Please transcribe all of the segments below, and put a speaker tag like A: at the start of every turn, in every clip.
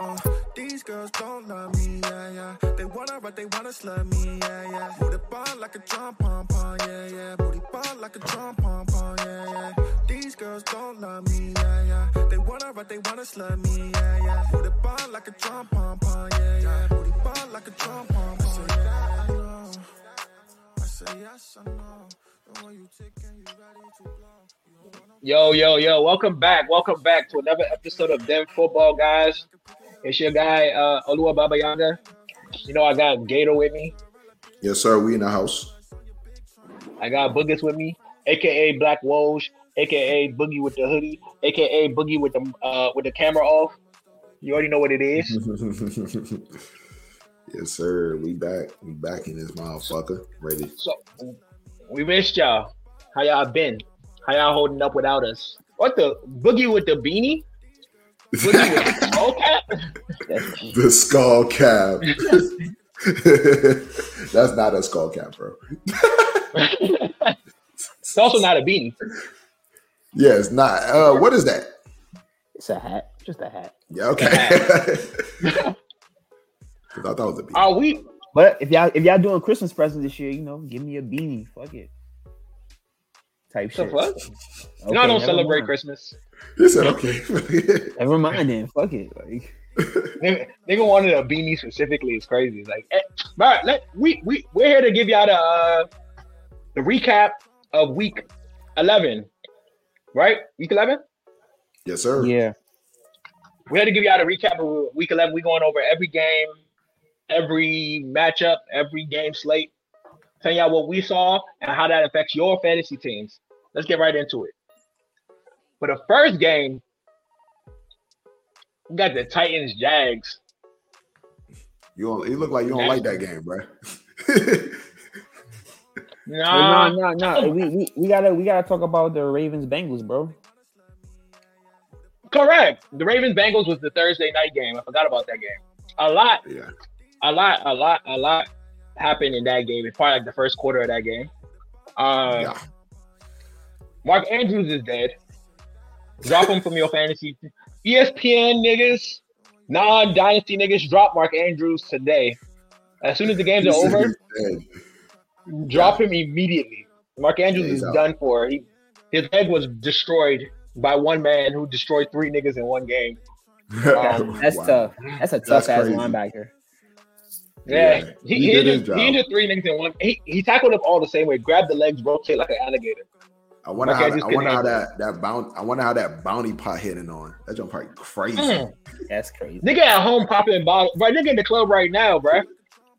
A: Uh, girls don't love me, yeah, yeah. They wanna but they wanna slut me, yeah, yeah. Booty ball like a drum pom pom, yeah, yeah. Booty ball like a drum pom pom, yeah, yeah. These girls don't love me, yeah, yeah. They wanna but they wanna slut me, yeah, yeah. Booty ball like a drum pom pom, yeah, yeah. Booty ball like a drum pom pom, yeah, yeah. I know. I say yes, I know. The way you ticking, you ready to blow. You don't wanna
B: Yo, yo, yo, welcome back. Welcome back to another episode of Them Football Guys. It's your guy, uh, Olua Babayanga. You know, I got Gator with me.
C: Yes, sir. We in the house.
B: I got Boogus with me, aka Black Woj, aka Boogie with the hoodie, aka Boogie with the uh, with the camera off. You already know what it is.
C: yes, sir. We back. We back in this motherfucker. Ready.
D: Mm-hmm.
B: So we missed y'all. How y'all been? How y'all holding up without us? What the Boogie with the beanie? Boogie with the skull cap?
C: the skull cap. That's not a skull cap, bro.
B: It's also not a beanie.
C: Yeah, it's not. Uh, what is that?
D: It's a hat, just a hat.
C: Yeah, okay. 'Cause I thought it was a beanie.
B: Are we
D: But if y'all if y'all doing Christmas presents this year, you know, give me a beanie. Fuck it. Type
B: the
D: shit.
B: fuck?
D: Okay,
B: no, I don't
D: never
B: celebrate
D: mind.
B: Christmas.
C: He said, okay.
D: Never mind then. Fuck it. Like
B: Nigga nigga wanted a beanie specifically. It's crazy. It's Like, eh, bro, let we we we're here to give y'all the uh, the recap of week eleven, right? Week eleven.
C: yes, sir.
D: yeah.
B: We're here to give y'all the recap of week eleven. We going over every game, every matchup, every game slate. Tell y'all what we saw and how that affects your fantasy teams. Let's get right into it. For the first game, we got the Titans Jags.
C: You, don't, you look like you don't like that game, bro.
B: Nah,
D: no, no, no. We, we we gotta we gotta talk about the Ravens Bengals, bro.
B: Correct. The Ravens Bengals was the Thursday night game. I forgot about that game. A lot,
C: yeah.
B: a lot, a lot, a lot happened in that game. It's probably like the first quarter of that game. Uh,
C: yeah.
B: Mark Andrews is dead. Drop him from your fantasy. E ESPN niggas, non dynasty niggas, drop Mark Andrews today. As soon as the games
C: He
B: are
C: said
B: over,
C: he's dead.
B: drop him immediately. Mark Andrews
C: Yeah, he's
B: is
C: out.
B: done for. He, his leg was destroyed by one man who destroyed three niggas in one game. Um,
D: That's
C: Wow.
D: tough. That's a tough
C: That's
D: ass
C: crazy.
D: linebacker.
B: Yeah,
C: Yeah,
B: he,
C: he
B: he,
C: did his
B: injured,
C: job.
B: he injured three niggas in one. He, he tackled them all the same way. Grabbed the legs, rotate like an alligator.
C: I wonder
B: Okay,
C: how
B: I
C: that,
B: just
C: I
B: couldn't
C: wonder how
B: handle
C: that that bounty I wonder how that bounty pot hitting on that jump probably crazy.
B: Mm.
D: That's crazy.
B: Nigga at home popping bottle, bro. Nigga in the club right now, bro.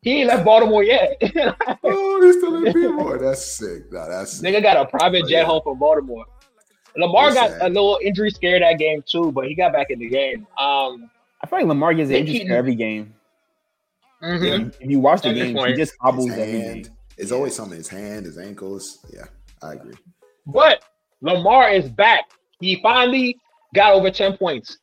B: He ain't left Baltimore yet. nigga
C: Oh, they still in Baltimore. That's sick. Nah, that's sick.
B: got a private
C: Oh,
B: jet
C: yeah.
B: home from Baltimore. Lamar
C: That's
B: got
C: sad.
B: a little injury scare that game too, but he got back in the game. Um,
D: I feel like Lamar gets
B: They
D: injured
B: keep-
D: every game.
B: mhm.
D: If you watch the
B: At this
D: game, he
B: point,
D: just hobbles
C: his
D: every game.
C: hand. It's always something. His hand, his ankles. Yeah, I agree.
B: but Lamar is back. He finally got over ten points.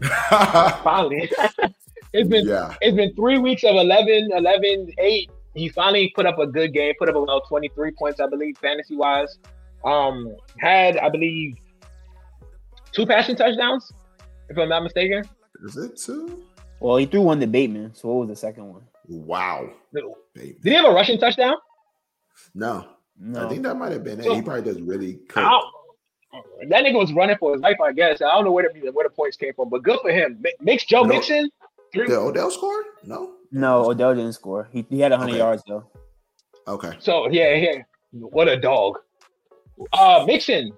B: Finally, it's been
C: yeah,
B: it's been three weeks of 11 11 8 he finally put up a good game put up about 23 points i believe fantasy wise um had i believe two passing touchdowns if i'm not mistaken
C: is it two?
D: Well, he threw one to Bateman. So what was the second one?
C: Wow.
B: did
C: Baby.
B: he have a rushing touchdown
C: No,
D: No.
C: I think that might have been
B: So-
C: it. He probably just really.
B: I don't- that nigga was running for his life i guess i don't know where the, where the points came from but good for him Mi- mix joe
C: No.
B: mixon three,
C: Did Odell score? No.
D: No, Odell didn't score. He, he had 100
C: Okay.
D: yards, though.
C: Okay.
B: So yeah, yeah. What a dog. Uh Mixon.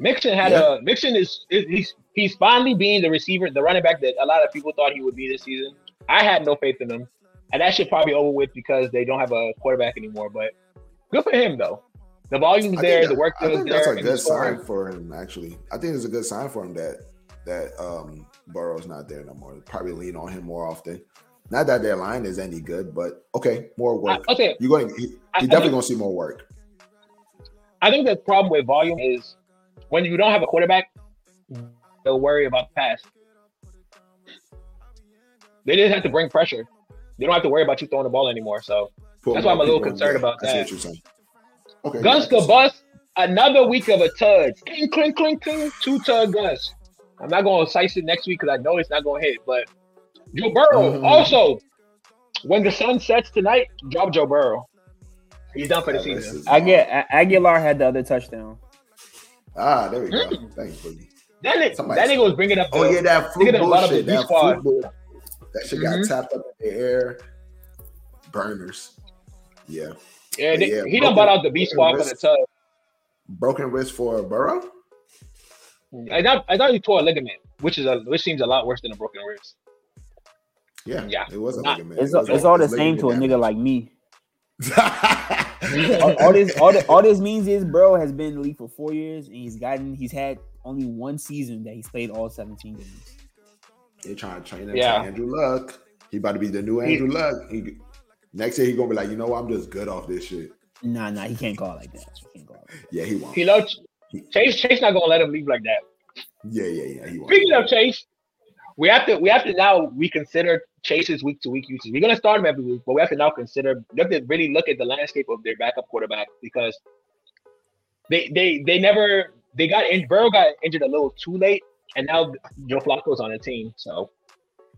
B: Mixon had a Mixon is, is he's he's finally being the receiver, the running back that a lot of people thought he would be this season. I had no faith in him. And that shit probably over with because they don't have a quarterback anymore. But good for him though. The volume's
C: I
B: there,
C: think
B: the
C: that-
B: work
C: I
B: was
C: think
B: there.
C: that's a
B: and
C: good
B: he's scoring.
C: sign for him. Actually, I think it's a good sign for him that that um Burrow's not there no more. Probably lean on him more often. Not that their line is any good, but okay, more work.
B: I, okay,
C: You're going. He,
B: I- I
C: he definitely
B: think-
C: going to see more work.
B: I think the problem with volume is when you don't have a quarterback, they'll worry about the pass. They didn't have to bring pressure. They don't have to worry about you throwing the ball anymore. So
C: Put
B: That's why I'm
C: more
B: a little
C: people in
B: concerned
C: there.
B: about
C: I see
B: that.
C: what you're saying. Okay.
B: Gus
C: yeah, I
B: the bus, another week of a tug. Cling, cling, cling, cling. Two tug Gus. I'm not going to size it next week because I know it's not going to hit. But Joe Burrow.
C: Mhm.
B: Also, when the sun sets tonight, drop Joe Burrow. He's done for the
C: Yeah, this
B: season.
C: is-
D: I get A- Aguilar had the other touchdown.
C: Ah, there we go.
B: Mm.
C: Thanks, buddy.
B: That, nigga-
C: Somebody-
B: that nigga was bringing up.
C: Oh
B: the-
C: yeah, that fluke
B: Look at the bottom
C: bullshit.
B: of the
C: That
B: squad.
C: fluke bull- That shit got
B: Mhm.
C: tapped up in the air. Burners. Yeah.
B: yeah, they-
C: yeah,
B: he done
C: Brooklyn-
B: bought out the B squad for the
C: Brooklyn
B: tub.
C: Broken wrist for Burrow.
B: I thought I thought he tore a ligament, which is a which seems a lot worse than a broken wrist.
C: Yeah.
B: Yeah.
C: It was a
B: Nah,
C: ligament.
D: It's,
C: It was
D: it's all the
C: it's
D: same to a
C: ligament
D: nigga like me.
C: damage.
D: All, all this all, the, all this means is bro has been in the league for four years and he's gotten he's had only one season that he's played all 17 games.
C: They trying to train him
B: Yeah.
C: to Andrew Luck. He about to be the new Andrew Luck. He, next year he gonna be like, you know what? I'm just good off this shit.
D: Nah, nah, he can't call like that. He can't call like that.
C: Yeah, he won't.
B: He loved Chase. Chase not gonna let him leave like that.
C: yeah, yeah, yeah. He won't.
B: Speaking of Chase, we have to we have to now reconsider Chase's week to week usage. We're gonna start him every week, but we have to now consider we have to really look at the landscape of their backup quarterback because they they they never they got in Burrow got injured a little too late, and now Joe Flacco's on the team. So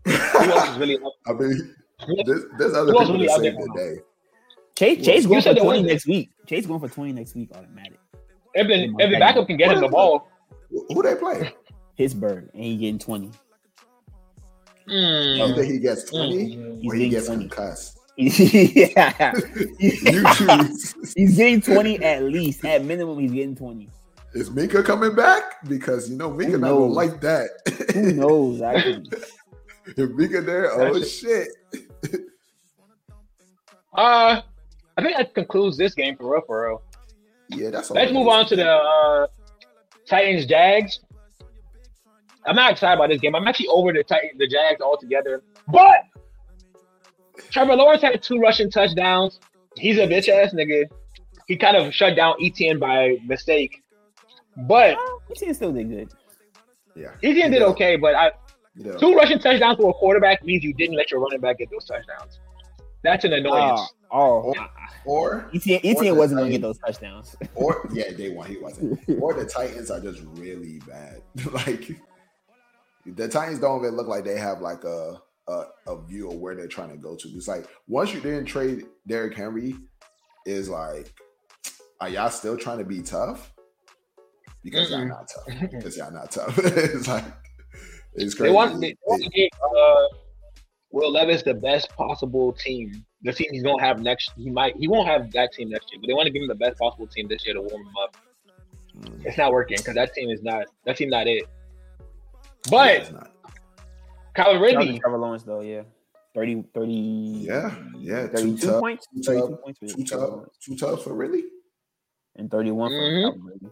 B: who else is really up?
C: I mean, there's, there's other
B: Who else
C: people
B: really
C: that
B: out
C: say
B: there right now?
C: today.
D: Chase,
C: Well,
D: Chase
B: you
D: going for
B: said the
D: 20
B: one-
D: next week. Chase going for 20 next week automatic.
B: If the, if the backup can get him the ball,
C: Who they play?
D: Pittsburgh and he getting 20.
B: mm,
C: Either he gets 20
D: He's
C: or he
D: getting
C: gets
D: 20.
C: concussed.
D: yeah.
C: You choose.
D: He's getting 20 at least. At minimum, he's getting 20.
C: Is Minka coming back? Because you know Minka
D: Who
C: not gonna
D: knows?
C: like that.
D: Who knows? I,
C: if Minka there, oh
B: That
C: shit.
B: uh, I think that concludes this game for real. For real.
C: Yeah, that's all.
B: Let's
C: it
B: move
C: is.
B: on to the uh, Titans Jags. I'm not excited about this game. I'm actually over the Titan, the Jags altogether. But Trevor Lawrence had two rushing touchdowns. He's a bitch ass nigga. He kind of shut down ETN by mistake. But
D: he E still did good.
C: Yeah,
B: ETN did okay. But I,
C: You know,
B: two rushing touchdowns to a quarterback means you didn't let your running back get those touchdowns. That's an annoyance.
D: Oh, oh.
C: or
D: ETN, ETN E wasn't going to get those touchdowns.
C: or yeah, they won. He wasn't. or the Titans are just really bad. like the Titans don't even look like they have like a, a a view of where they're trying to go to. It's like once you didn't trade Derrick Henry, is like, are y'all still trying to be tough? Because y'all
B: Mm-mm.
C: not tough. Because y'all not tough. it's like it's
B: They
C: crazy.
B: want, they want
C: It-
B: to give uh, Will Levis the best possible team. The team he's gonna have next, he might, he won't have that team next year. But they want to give him the best possible team this year to warm him up.
C: Mm.
B: It's not working because that team is not, that team not it.
C: Yeah,
B: But
C: it's not.
B: Kyle
D: Shout out to
B: Ridley,
D: Trevor Lawrence, though, yeah. 30, 30
C: yeah, yeah, two
D: 32
C: tough,
D: points.
C: two
D: 32
C: tough,
D: points. for
C: two
D: Trevor
C: tough,
D: Lawrence.
C: two tough for really.
D: And 31 for
B: Mhm.
D: Calvin Ridley.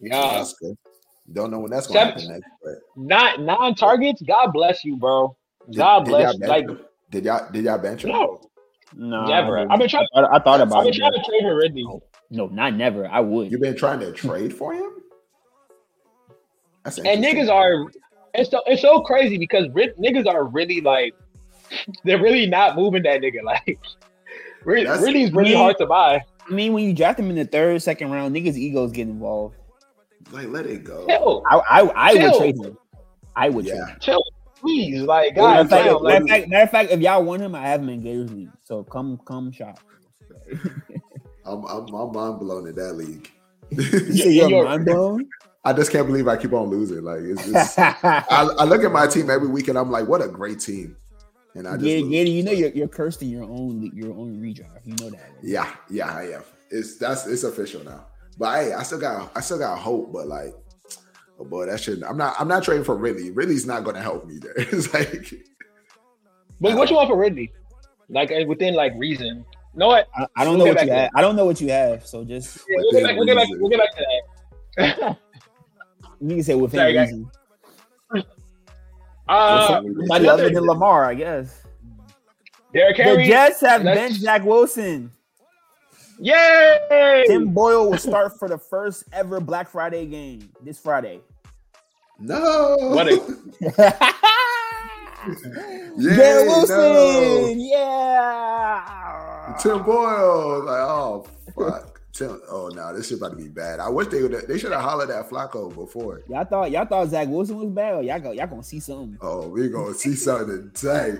B: yeah,
C: that's good. Don't know when that's gonna
B: Seven-
C: happen next, but
B: not nine targets. God bless you, bro. God bless.
C: y'all
B: you.
C: bench
B: Like
C: him? did y'all did y'all bench him?
B: no,
D: No,
B: Never.
D: I
B: I've been trying-
D: I thought, I thought
B: I've
D: about
B: been
D: it.
B: trying to trade for Ridley.
D: No, not never. I would.
C: You've been trying to trade for him. That's
B: and
C: interesting.
B: niggas are it's so it's so crazy because ri- niggas are really like they're really not moving that nigga like re-
C: That's-
B: really is really
D: Me-
B: hard to buy.
D: I mean, when you draft him in the third, second round, niggas' egos get involved.
C: like let it go.
B: Chill,
D: I, I, I would
B: Chill.
D: trade him. I would trade him.
C: Yeah,
B: chill, please, like
D: Matter
B: God
D: of, fact,
B: damn,
D: matter,
B: like,
D: of fact, matter of fact, if y'all want him, I have him in Gators League. So come, come shop.
C: I'm, I'm I'm mind blown at that league.
D: You say
B: you're-
D: you're mind blown?
C: I just can't believe I keep on losing. Like it's just,
D: yeah,
C: I, I look at my team every week and I'm like, what a great team. And I just
D: yeah.
C: lose.
D: You know you're, you're cursed in your own league- your own redraft. You know that. right?
C: Yeah, yeah, I am. It's that's it's official now. But hey, I still got I still got hope, but like oh boy, that shit I'm not I'm not trading for Ridley. Ridley's not gonna help me there. It's like
B: but what you want for Ridley? Like eh, within like reason. You know what?
D: I, I don't
B: We'll
D: know
B: get
D: what you
B: back to
D: have. I don't know what you have. So just
B: Yeah, we'll get back. We'll get back. We'll get back to that.
D: you can say within
B: Sorry, guys.
D: reason.
B: uh,
D: Somebody other than Lamar, I guess.
B: Derrick
D: the
B: Henry,
D: Jets have
B: Let's-
D: benched Zach Wilson.
B: yay!
D: Tim Boyle will start for the first ever Black Friday game this Friday.
C: No
B: What a-
C: no.
D: Garrett Wilson, yeah.
C: Tim Boyle. Like, oh fuck. Tim, oh no, this shit about to be bad. I wish they would. They should have hollered at Flacco before.
D: Y'all thought y'all thought Zach Wilson was bad, or y'all go, y'all gonna see something.
C: Oh, we gonna see something today.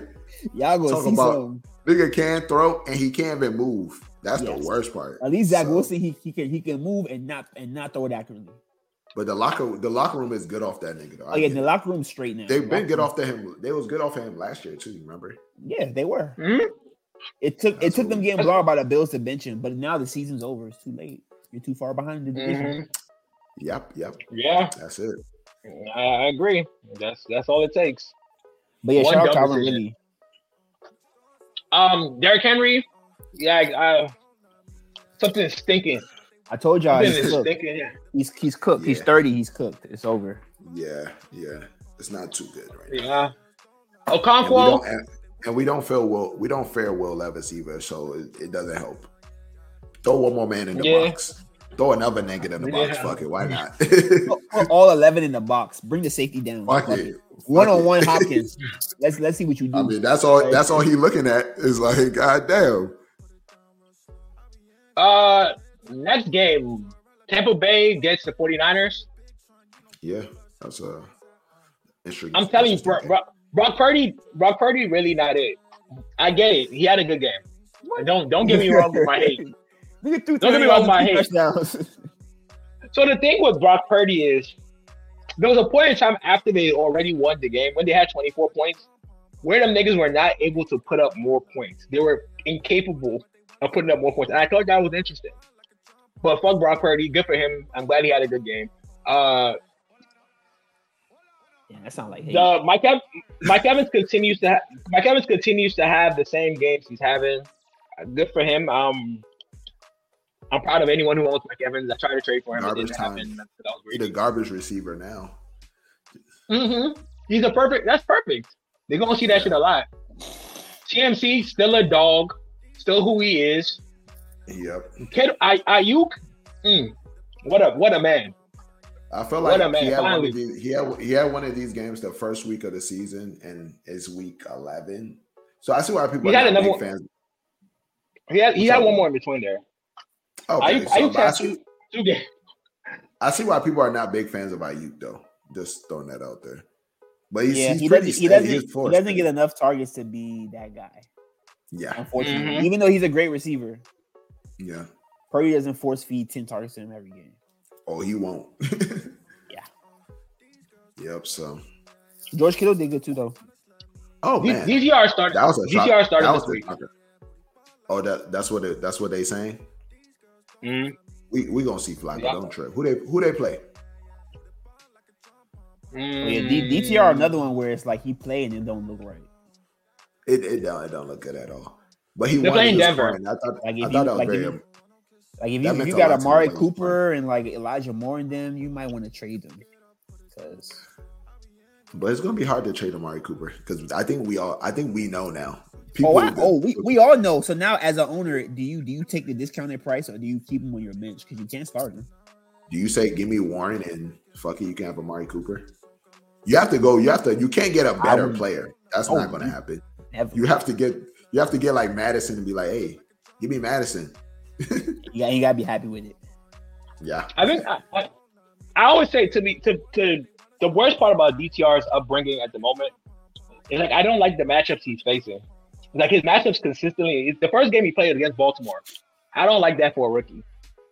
D: Y'all gonna
C: Talk
D: see
C: about-
D: something.
C: Nigga can throw and he can't even move. That's
D: Yes.
C: the worst part.
D: At least Zach
C: So-
D: Wilson he, he can he can move and not and not throw it accurately.
C: But the locker the locker room is good off that nigga though. I
D: Oh yeah,
C: get
D: the
C: it.
D: locker room straight now.
C: They've been good
D: Locker room-
C: off to him. They was good off of him last year too. Remember?
D: Yeah, they were.
B: Hmm?
D: It took it
C: That's
D: took them
C: what-
D: getting blown out by the Bills to bench him, but now the season's over. It's too late. You're too far behind the division.
B: Mhm.
C: Yep, yep.
B: Yeah,
C: That's it.
B: I, I agree. That's that's all it takes.
D: But yeah,
B: One
D: shout out
B: dumb
D: Calvin
B: decision.
D: Ridley.
B: Um, Derrick Henry, yeah, I, I, something's stinking.
D: I told y'all
B: Something
D: he's
B: is
D: cooked.
B: stinking. Yeah.
D: He's he's cooked. He's
C: Yeah.
D: thirty. He's cooked. It's over.
C: Yeah, yeah. It's not too good right
B: yeah.
C: now. And we,
B: Okonkwo,
C: don't, and, and we don't feel Will. We don't fare Will Levis either, so it, it doesn't help. Throw one more man in the
B: Yeah.
C: box. Throw another nigga in the box.
B: Yeah.
C: Fuck it. Why not?
D: Put- put all eleven in the box. Bring the safety down.
C: Fuck
D: Fuck
C: it.
D: it. One on one
C: it.
D: Hopkins. Let's let's see what you do.
C: I mean, that's all. That's all he looking at is like, goddamn.
B: uh, next game, Tampa Bay gets the 49ers.
C: Yeah, that's a. Interesting.
B: I'm telling you, Brock,
C: interesting
B: Brock, Brock Purdy, Brock Purdy, really not it. I get it. He had a good game. Don't don't get me wrong with my hate.
D: Nigga threw
B: Don't get me wrong, my hate.
D: touchdowns.
B: So the thing with Brock Purdy is, there was a point in time after they already won the game when they had 24 points, where them niggas were not able to put up more points. They were incapable of putting up more points, and I thought that was interesting. But fuck Brock Purdy, good for him. I'm glad he had a good game. Uh,
D: yeah, that sound like hate.
B: the Mike Ev- Mike Evans continues to ha- Mike Evans continues to have the same games he's having. Uh, Good for him. Um, I'm proud of anyone who owns Mike Evans. I tried to trade for him. It
C: Garbage
B: didn't
C: time.
B: happen. That was
C: He the
B: weird.
C: garbage receiver now.
B: Mm-hmm. He's a perfect. That's perfect. They're gonna see that
C: Yeah.
B: shit a lot. CMC still a dog, still who he is.
C: Yep.
B: Kid, I Ayuk, mm, what a what a man.
C: I feel
B: What
C: like
B: a man,
C: he had one
B: finally.
C: of these, he had he had one of these games the first week of the season, and it's week eleven. So I see why people
B: He
C: are
B: had
C: not big
B: another
C: fans.
B: He had he
C: What's
B: had
C: up?
B: one more in between there.
C: Oh, Okay,
B: Ayuk-
C: so,
B: Ayuk
C: but I
B: had
C: see
B: Two games.
C: I see why people are not big fans of Ayuk though. Just throwing that out there. But he's,
D: yeah,
C: he's
D: he
C: pretty
D: doesn't, he
C: steady.
D: doesn't,
C: He's
D: he
C: forced
D: doesn't get
C: steady.
D: enough targets to be that guy.
C: Yeah,
D: Unfortunately,
B: Mhm.
D: even though he's a great receiver,
C: yeah.
D: Purdy doesn't force feed ten targets to him every game.
C: Oh, he won't.
D: Yeah.
C: Yep. So.
D: George Kittle did good too, though.
C: Oh
B: D-
C: man,
B: DGR started.
C: that was a shock.
B: DGR started
C: That
B: this
C: was the
B: week.
C: shocker. Oh, that that's what it, that's what they saying.
B: Mhm.
C: We we gonna see Flacco.
B: Yeah.
C: Don't trip. Who they who they play?
D: Oh, yeah,
C: Mm.
D: D- DTR another one where it's like he play and it don't look right.
C: It it don't it don't look good at all. But he
B: They're
C: won.
B: playing
C: he was
B: Denver.
C: scoring. I thought
D: Like, if
C: I
D: you-
C: thought that was
D: like, if
C: very.
D: you- Like if
C: That
D: you if
C: meant
D: you
C: a
D: got
C: lot to
D: Amari
C: him when he was
D: Cooper and like Elijah Moore and them, you might want to trade them because
C: but it's gonna be hard to trade Amari Cooper because I think we all I think we know now.
D: oh, I,
C: have been-
D: oh we, we all know. So now as an owner, do you do you take the discounted price or do you keep him on your bench because you can't start him?
C: Do you say give me Warren and fuck it, you can have Amari Cooper? You have to go. You have to. You can't get a better
D: would-
C: player. That's
D: Oh,
C: not gonna
D: you-
C: happen.
D: Never.
C: You have to get. You have to get like Madison and be like, hey, give me Madison.
D: Yeah, you gotta be happy with it.
C: Yeah.
B: I think I, I, I always say to me to, to the worst part about DTR's upbringing at the moment is like I don't like the matchups he's facing. Like his matchups consistently. The first game he played against Baltimore, I don't like that for a rookie.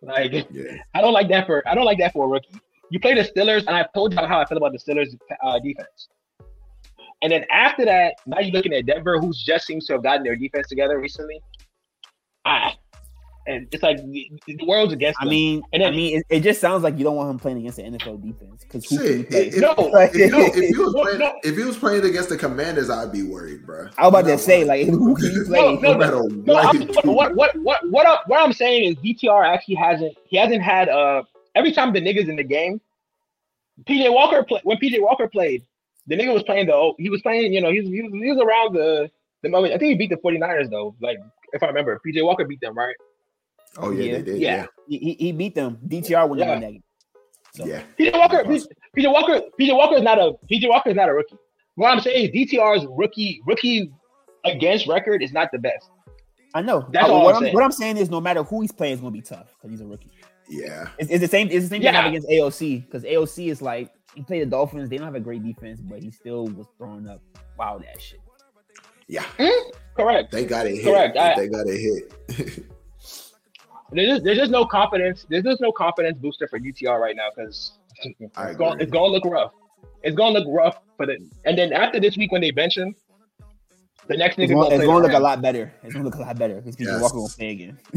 B: Like
C: Yeah.
B: I don't like that for I don't like that for a rookie. You play the Steelers, and I told you how I feel about the Steelers uh, defense. And then after that, now you're looking at Denver, who just seems to have gotten their defense together recently. Ah, and it's like the the world's against.
D: I
B: them.
D: mean,
B: And then-
D: I mean, it, it just sounds like you don't want him playing against the NFL defense because who can he
C: Shit.
D: play?
C: If, if-
B: No,
C: if-
D: no,
C: if he was
B: no,
C: playing,
B: no.
C: if he was playing against the Commanders, I'd be worried, bro.
D: I was about to say like who can you play?
B: No,
C: no matter
B: No,
C: what.
B: I'm,
C: he
B: what,
C: do.
B: what, what, what, what, I, what I'm saying is DTR actually hasn't he hasn't had uh every time the niggas in the game. PJ Walker play, when PJ Walker played, the nigga was playing the he was playing you know he was he was, he was around the the moment I think he beat the 49ers though like if I remember PJ Walker beat them right
C: Oh yeah,
D: Yeah.
C: they did.
B: Yeah.
C: Yeah.
D: He, he- he beat them. DTR would not
B: Yeah.
D: win that game.
C: Yeah.
D: So-
B: PJ Walker PJ, Walker PJ Walker is not a PJ Walker is not a rookie. What I'm saying is DTR's rookie rookie against record is not the best.
D: I know.
B: That's
D: Uh,
B: all
D: what,
B: I'm
D: I'm,
B: saying.
D: what I'm saying is, no matter who he's playing, it's gonna be tough because he's a rookie.
C: Yeah.
D: It's, it's the same. It's the same
B: Yeah.
D: thing against AOC because AOC is like he played the Dolphins. They don't have a great defense, but he still was throwing up wild ass shit.
C: Yeah.
B: Correct.
C: They got it hit.
B: Correct, I-
C: they got it hit.
B: There's just, there's just no confidence. There's just no confidence booster for UTR right now because
C: I
B: it's going
C: agree.
B: it's going to look rough. It's going to look rough for the and then after this week when they bench him, the next nigga
D: It's gonna,
B: gonna,
D: it's
B: play
D: gonna
B: the
D: look a
B: Rams.
D: lot better. It's gonna look a lot better because people
C: Yes.
D: Walker gonna play again.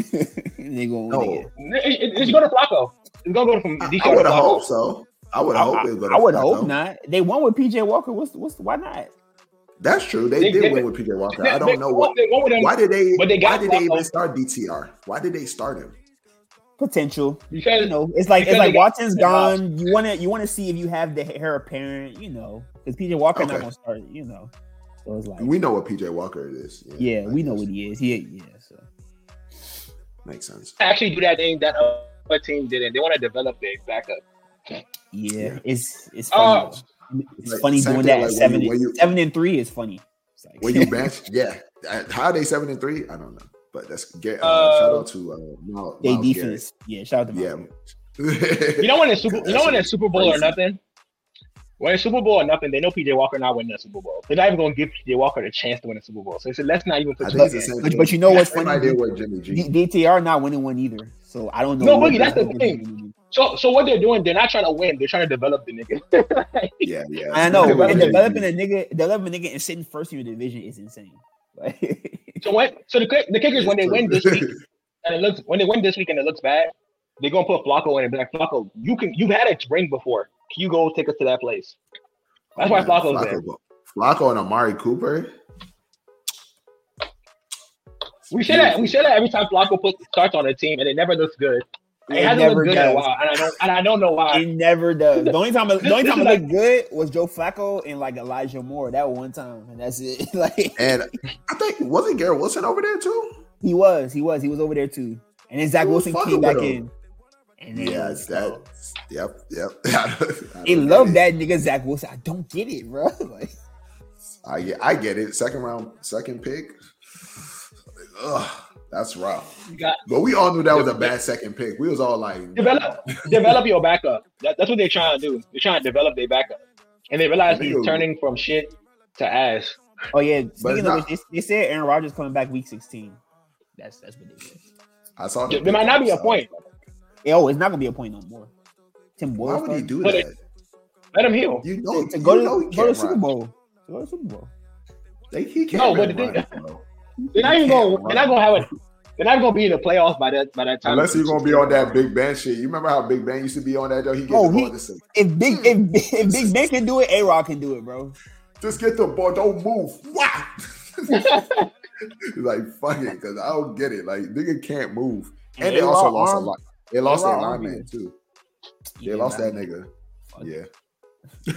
D: they gonna win
C: No.
D: again.
B: It- it- it's going to Flacco. It's going to go from
C: I,
B: DK
C: I would
B: to Flacco.
C: have hoped so. I would
D: I,
C: have hoped it was
D: I-
C: gonna
D: I would
C: fuck
D: hope
C: up.
D: not. They won with PJ Walker. What's what's why not?
C: That's true. They
B: They-
C: did
B: they-
C: win with PJ Walker.
B: They-
C: I
B: they-
C: don't know what.
B: They won with them
C: Why did they?
B: But they got
C: why did they
B: Flacco.
C: even start DTR? Why did they start him?
D: Potential.
B: because
D: You know, it's like it's
B: Because
D: like
B: they got-
D: Watson's gone. You wanna you wanna see if you have the hair apparent. You know, because PJ Walker not
C: Okay.
D: gonna start. You know, so it's like
C: We know what PJ Walker is.
D: yeah, we know
C: I
D: what he is. Yeah, yeah. So.
C: guess. makes sense.
B: actually do that thing that other team didn't. They want to develop their backup.
D: Yeah,
C: Yeah.
D: it's it's
B: Oh.
D: funny. though. it's
C: Like,
D: funny
C: same
D: doing
C: thing,
D: that.
C: like, when
D: at seven,
C: you-
D: and-
C: when you-
D: seven and three is funny. It's like,
C: When you bench, yeah. Uh, How are they seven and three? I don't know. But that's get uh,
B: Uh,
C: shout out to uh, Miles,
D: they
C: Miles
D: defense. Yeah, shout out to
C: Garrett.
D: Miles.
C: Yeah.
B: You know when it's Super, you know when it's
C: That's
B: Super Bowl or
C: crazy.
B: nothing. When it's Super Bowl or nothing, they know PJ Walker not winning the Super Bowl. They're not even gonna give PJ Walker the chance to win the Super Bowl. So they said, let's not even
C: I
B: put
C: think it's
B: you
C: the same
D: But,
C: thing.
D: but you know what's
C: Same
D: funny?
C: idea with Jimmy G.
D: D- DTR not winning one either. So I don't know.
B: No,
D: what
B: Boogie, that's the
D: they're
B: thing.
D: doing.
B: So, so what they're doing, they're not trying to win. They're trying to develop the nigga. Like,
C: Yeah, yeah.
D: I know.
B: Developing
D: And
B: a
D: developing a nigga, developing a nigga and sitting first in your division is insane. Like,
B: so what? So the kick- the kickers when they
C: It's
B: win
C: true.
B: this week and it looks when they win this week and it looks bad, they're gonna put Flacco in and be like, Flacco, you can you've had a ring before. Can you go take us to that place? That's why
C: Yeah,
B: Flacco's there.
C: Flacco, Flacco and Amari Cooper.
B: We say that we say that every time Flacco puts starts on a team and it never looks good. It,
D: It
B: hasn't
D: never
B: looked good in
D: does.
B: a while, and I don't and I don't know why.
D: it never does. The only time, the only
B: This-
D: time it
B: this is
D: looked good was Joe Flacco and like Elijah Moore that one time, and that's it. like
C: And I think wasn't Garrett Wilson over there too?
D: he was, he was, he was over there too. And then Zach
C: Who was
D: Wilson
C: fucking
D: came back
C: with
D: in.
C: him?
D: And then
C: Yeah, that. Yep, yep. I don't-
D: They
C: I don't
D: love
C: get
D: that nigga Zach Wilson. I don't get it, bro. Like,
C: it. I get, I get it. Second round, second pick. Ugh, that's rough.
B: You got
C: But we all knew that was a bad second pick. We was all like,
B: develop develop your backup. That, that's what they're trying to do. They're trying to develop their backup, and they realize he's
C: Dude.
B: turning from shit to ass.
D: oh yeah. Speaking of
C: not-
D: which, they, they said Aaron Rodgers coming back week sixteen. That's that's what they said.
C: I saw. the
B: There there might not be a
C: pickups,
B: point.
D: Yeah, Oh, it's not gonna be a point no more. Tim
C: so Why
D: Boyle.
C: would he
D: starting?
C: do
B: But
C: that?
B: Let him heal.
C: You know,
D: to
C: you
D: go to,
C: know he
D: go to
C: can't
D: Super
C: run.
D: Bowl? To go to Super Bowl.
C: They, he can't
B: No,
C: no,
B: but
C: but
B: the
C: run,
B: thing-
C: bro.
B: They're not
C: He
B: even
C: can't
B: going. They're not
C: run.
B: going to have it. They're not going to be in the playoffs by that by that time.
C: Unless you're gonna be on that Big Ben shit. You remember how Big Ben used to be on that though? He gets
D: Oh,
C: the ball
D: he-
C: to say,
D: If Big
C: Hmm.
D: if, if Big Ben can do it, A Rod can do it, bro.
C: just get the ball, don't move. Wow. like fuck it, because I don't get it. Like nigga can't move. And they also
D: A-Rod
C: lost a
D: arm-
C: lot. They lost their
D: A-Rod arm
C: lineman
D: is-
C: too. They
D: Yeah,
C: lost
D: bro.
C: that nigga. Yeah.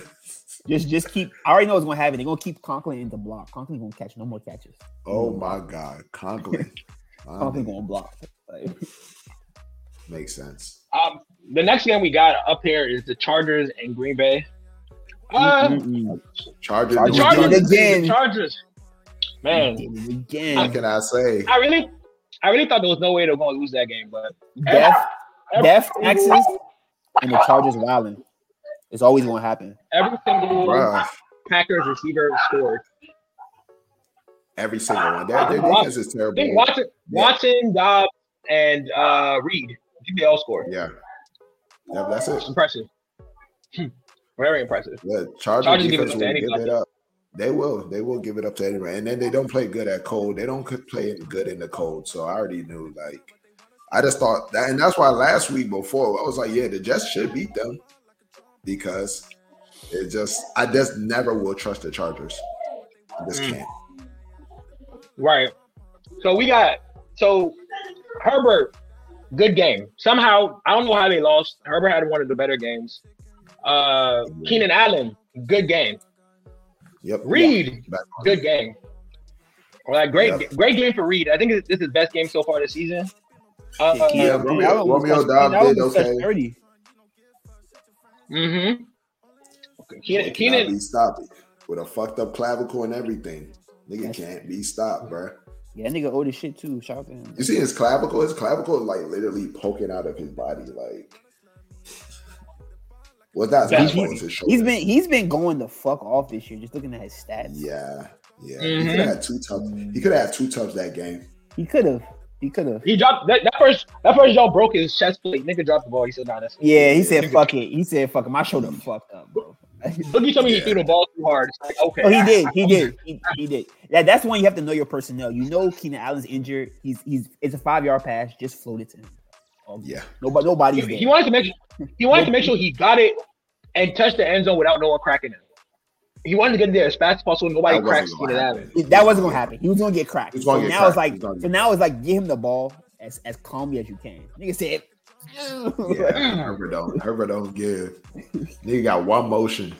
D: Just just keep. I already know what's gonna happen. They're gonna keep Conklin in the block. Conklin gonna catch no more catches.
C: Oh my god. Conklin. My
D: Conklin
C: nigga.
D: gonna block. Like,
C: Makes sense.
B: Um, the next game we got up here is the Chargers and Green Bay. Uh,
D: mm-mm.
C: Chargers.
D: Chargers
B: the
C: doing
D: did
B: Chargers
C: Chargers.
D: it again.
B: The Chargers. Man,
D: Did it
C: What
D: again.
C: can I say?
B: I really, I really thought there was no way they were going to lose that game, but
D: Death, death, taxes, and the Chargers wilding. It's always gonna happen.
B: every single
C: Bruh.
B: Packers receiver scored.
C: Every single one. Their, their defense is
B: I think
C: terrible.
B: Watson, Watson, Dobbs, and uh, Reed. I think they all scored.
C: Yeah. Yep, that's it.
B: Impressive. Hmm. Very impressive.
C: Yeah, Chargers,
B: Chargers give it
C: defense
B: up to
C: will give
B: anybody.
C: it up. They will. They will give it up to anyone. And then they don't play good at cold. They don't could play good in the cold. So I already knew. Like, I just thought that, and that's why last week before I was like, yeah, the Jets should beat them because it just I just never will trust the Chargers. I just
B: Mm.
C: can't.
B: Right. So we got so Herbert, good game. Somehow I don't know how they lost. Herbert had one of the better games. Uh Keenan Allen, good game.
C: Yep.
B: Reed,
C: Back on.
B: good game. Well, like, great,
C: Yeah.
B: great game for Reed. I think this- this is best game so far this season. Uh,
C: Yeah, Romeo-
D: That one was
C: Romeo
D: touched-
C: Dobbs
D: that one
C: did
D: was touched
C: okay.
D: 30.
B: mm-hmm.
C: Boy,
B: Keenan,
C: cannot
B: Keenan,
C: be stopped with a fucked up clavicle and everything. Nigga
D: That's-
C: can't be stopped, bruh.
D: Yeah, that nigga old as shit too. Shout out to him.
C: You see his clavicle? His clavicle is like literally poking out of his body. Like, well, that's
B: Yeah,
C: his
B: he-
C: fault, it's his shoulder.
D: He's been he's been going the fuck off this year. Just looking at his stats,
C: Yeah, yeah. He
B: Mhm.
C: could have had two tubs. He could have had two tubs that game.
D: he could have, he could have.
B: He dropped that, that first that first y'all broke his chest plate. Nigga dropped the ball. He said, nah, that's
D: Yeah, he said fuck it. He said fuck it. My shoulder fucked up, bro.
B: Boogie told me he
C: Yeah.
B: threw the ball too hard. It's like, okay.
D: Oh, he did. He did. He, he did. That, that's when you have to know your personnel. You know Keenan Allen's injured. He's he's it's a five yard pass. Just float it to him.
C: Yeah,
D: Nobody nobody's
B: He,
D: there.
B: he wanted to make he wanted to make sure he got it and touched the end zone without no one cracking him. He wanted to get there as fast as possible. Nobody
C: That wasn't
B: cracks
C: gonna
B: Keenan
C: happen.
B: Allen.
D: It- that wasn't gonna happen. He was gonna get cracked.
C: He was gonna
D: so
C: get
D: now
C: cracked.
D: it's like
C: He was gonna
D: so
C: get
D: now it's like get him the ball as as calmly as you can. Nigga said
C: yeah.
B: Mm.
C: Herbert don't. Herbert don't give. Nigga got one motion.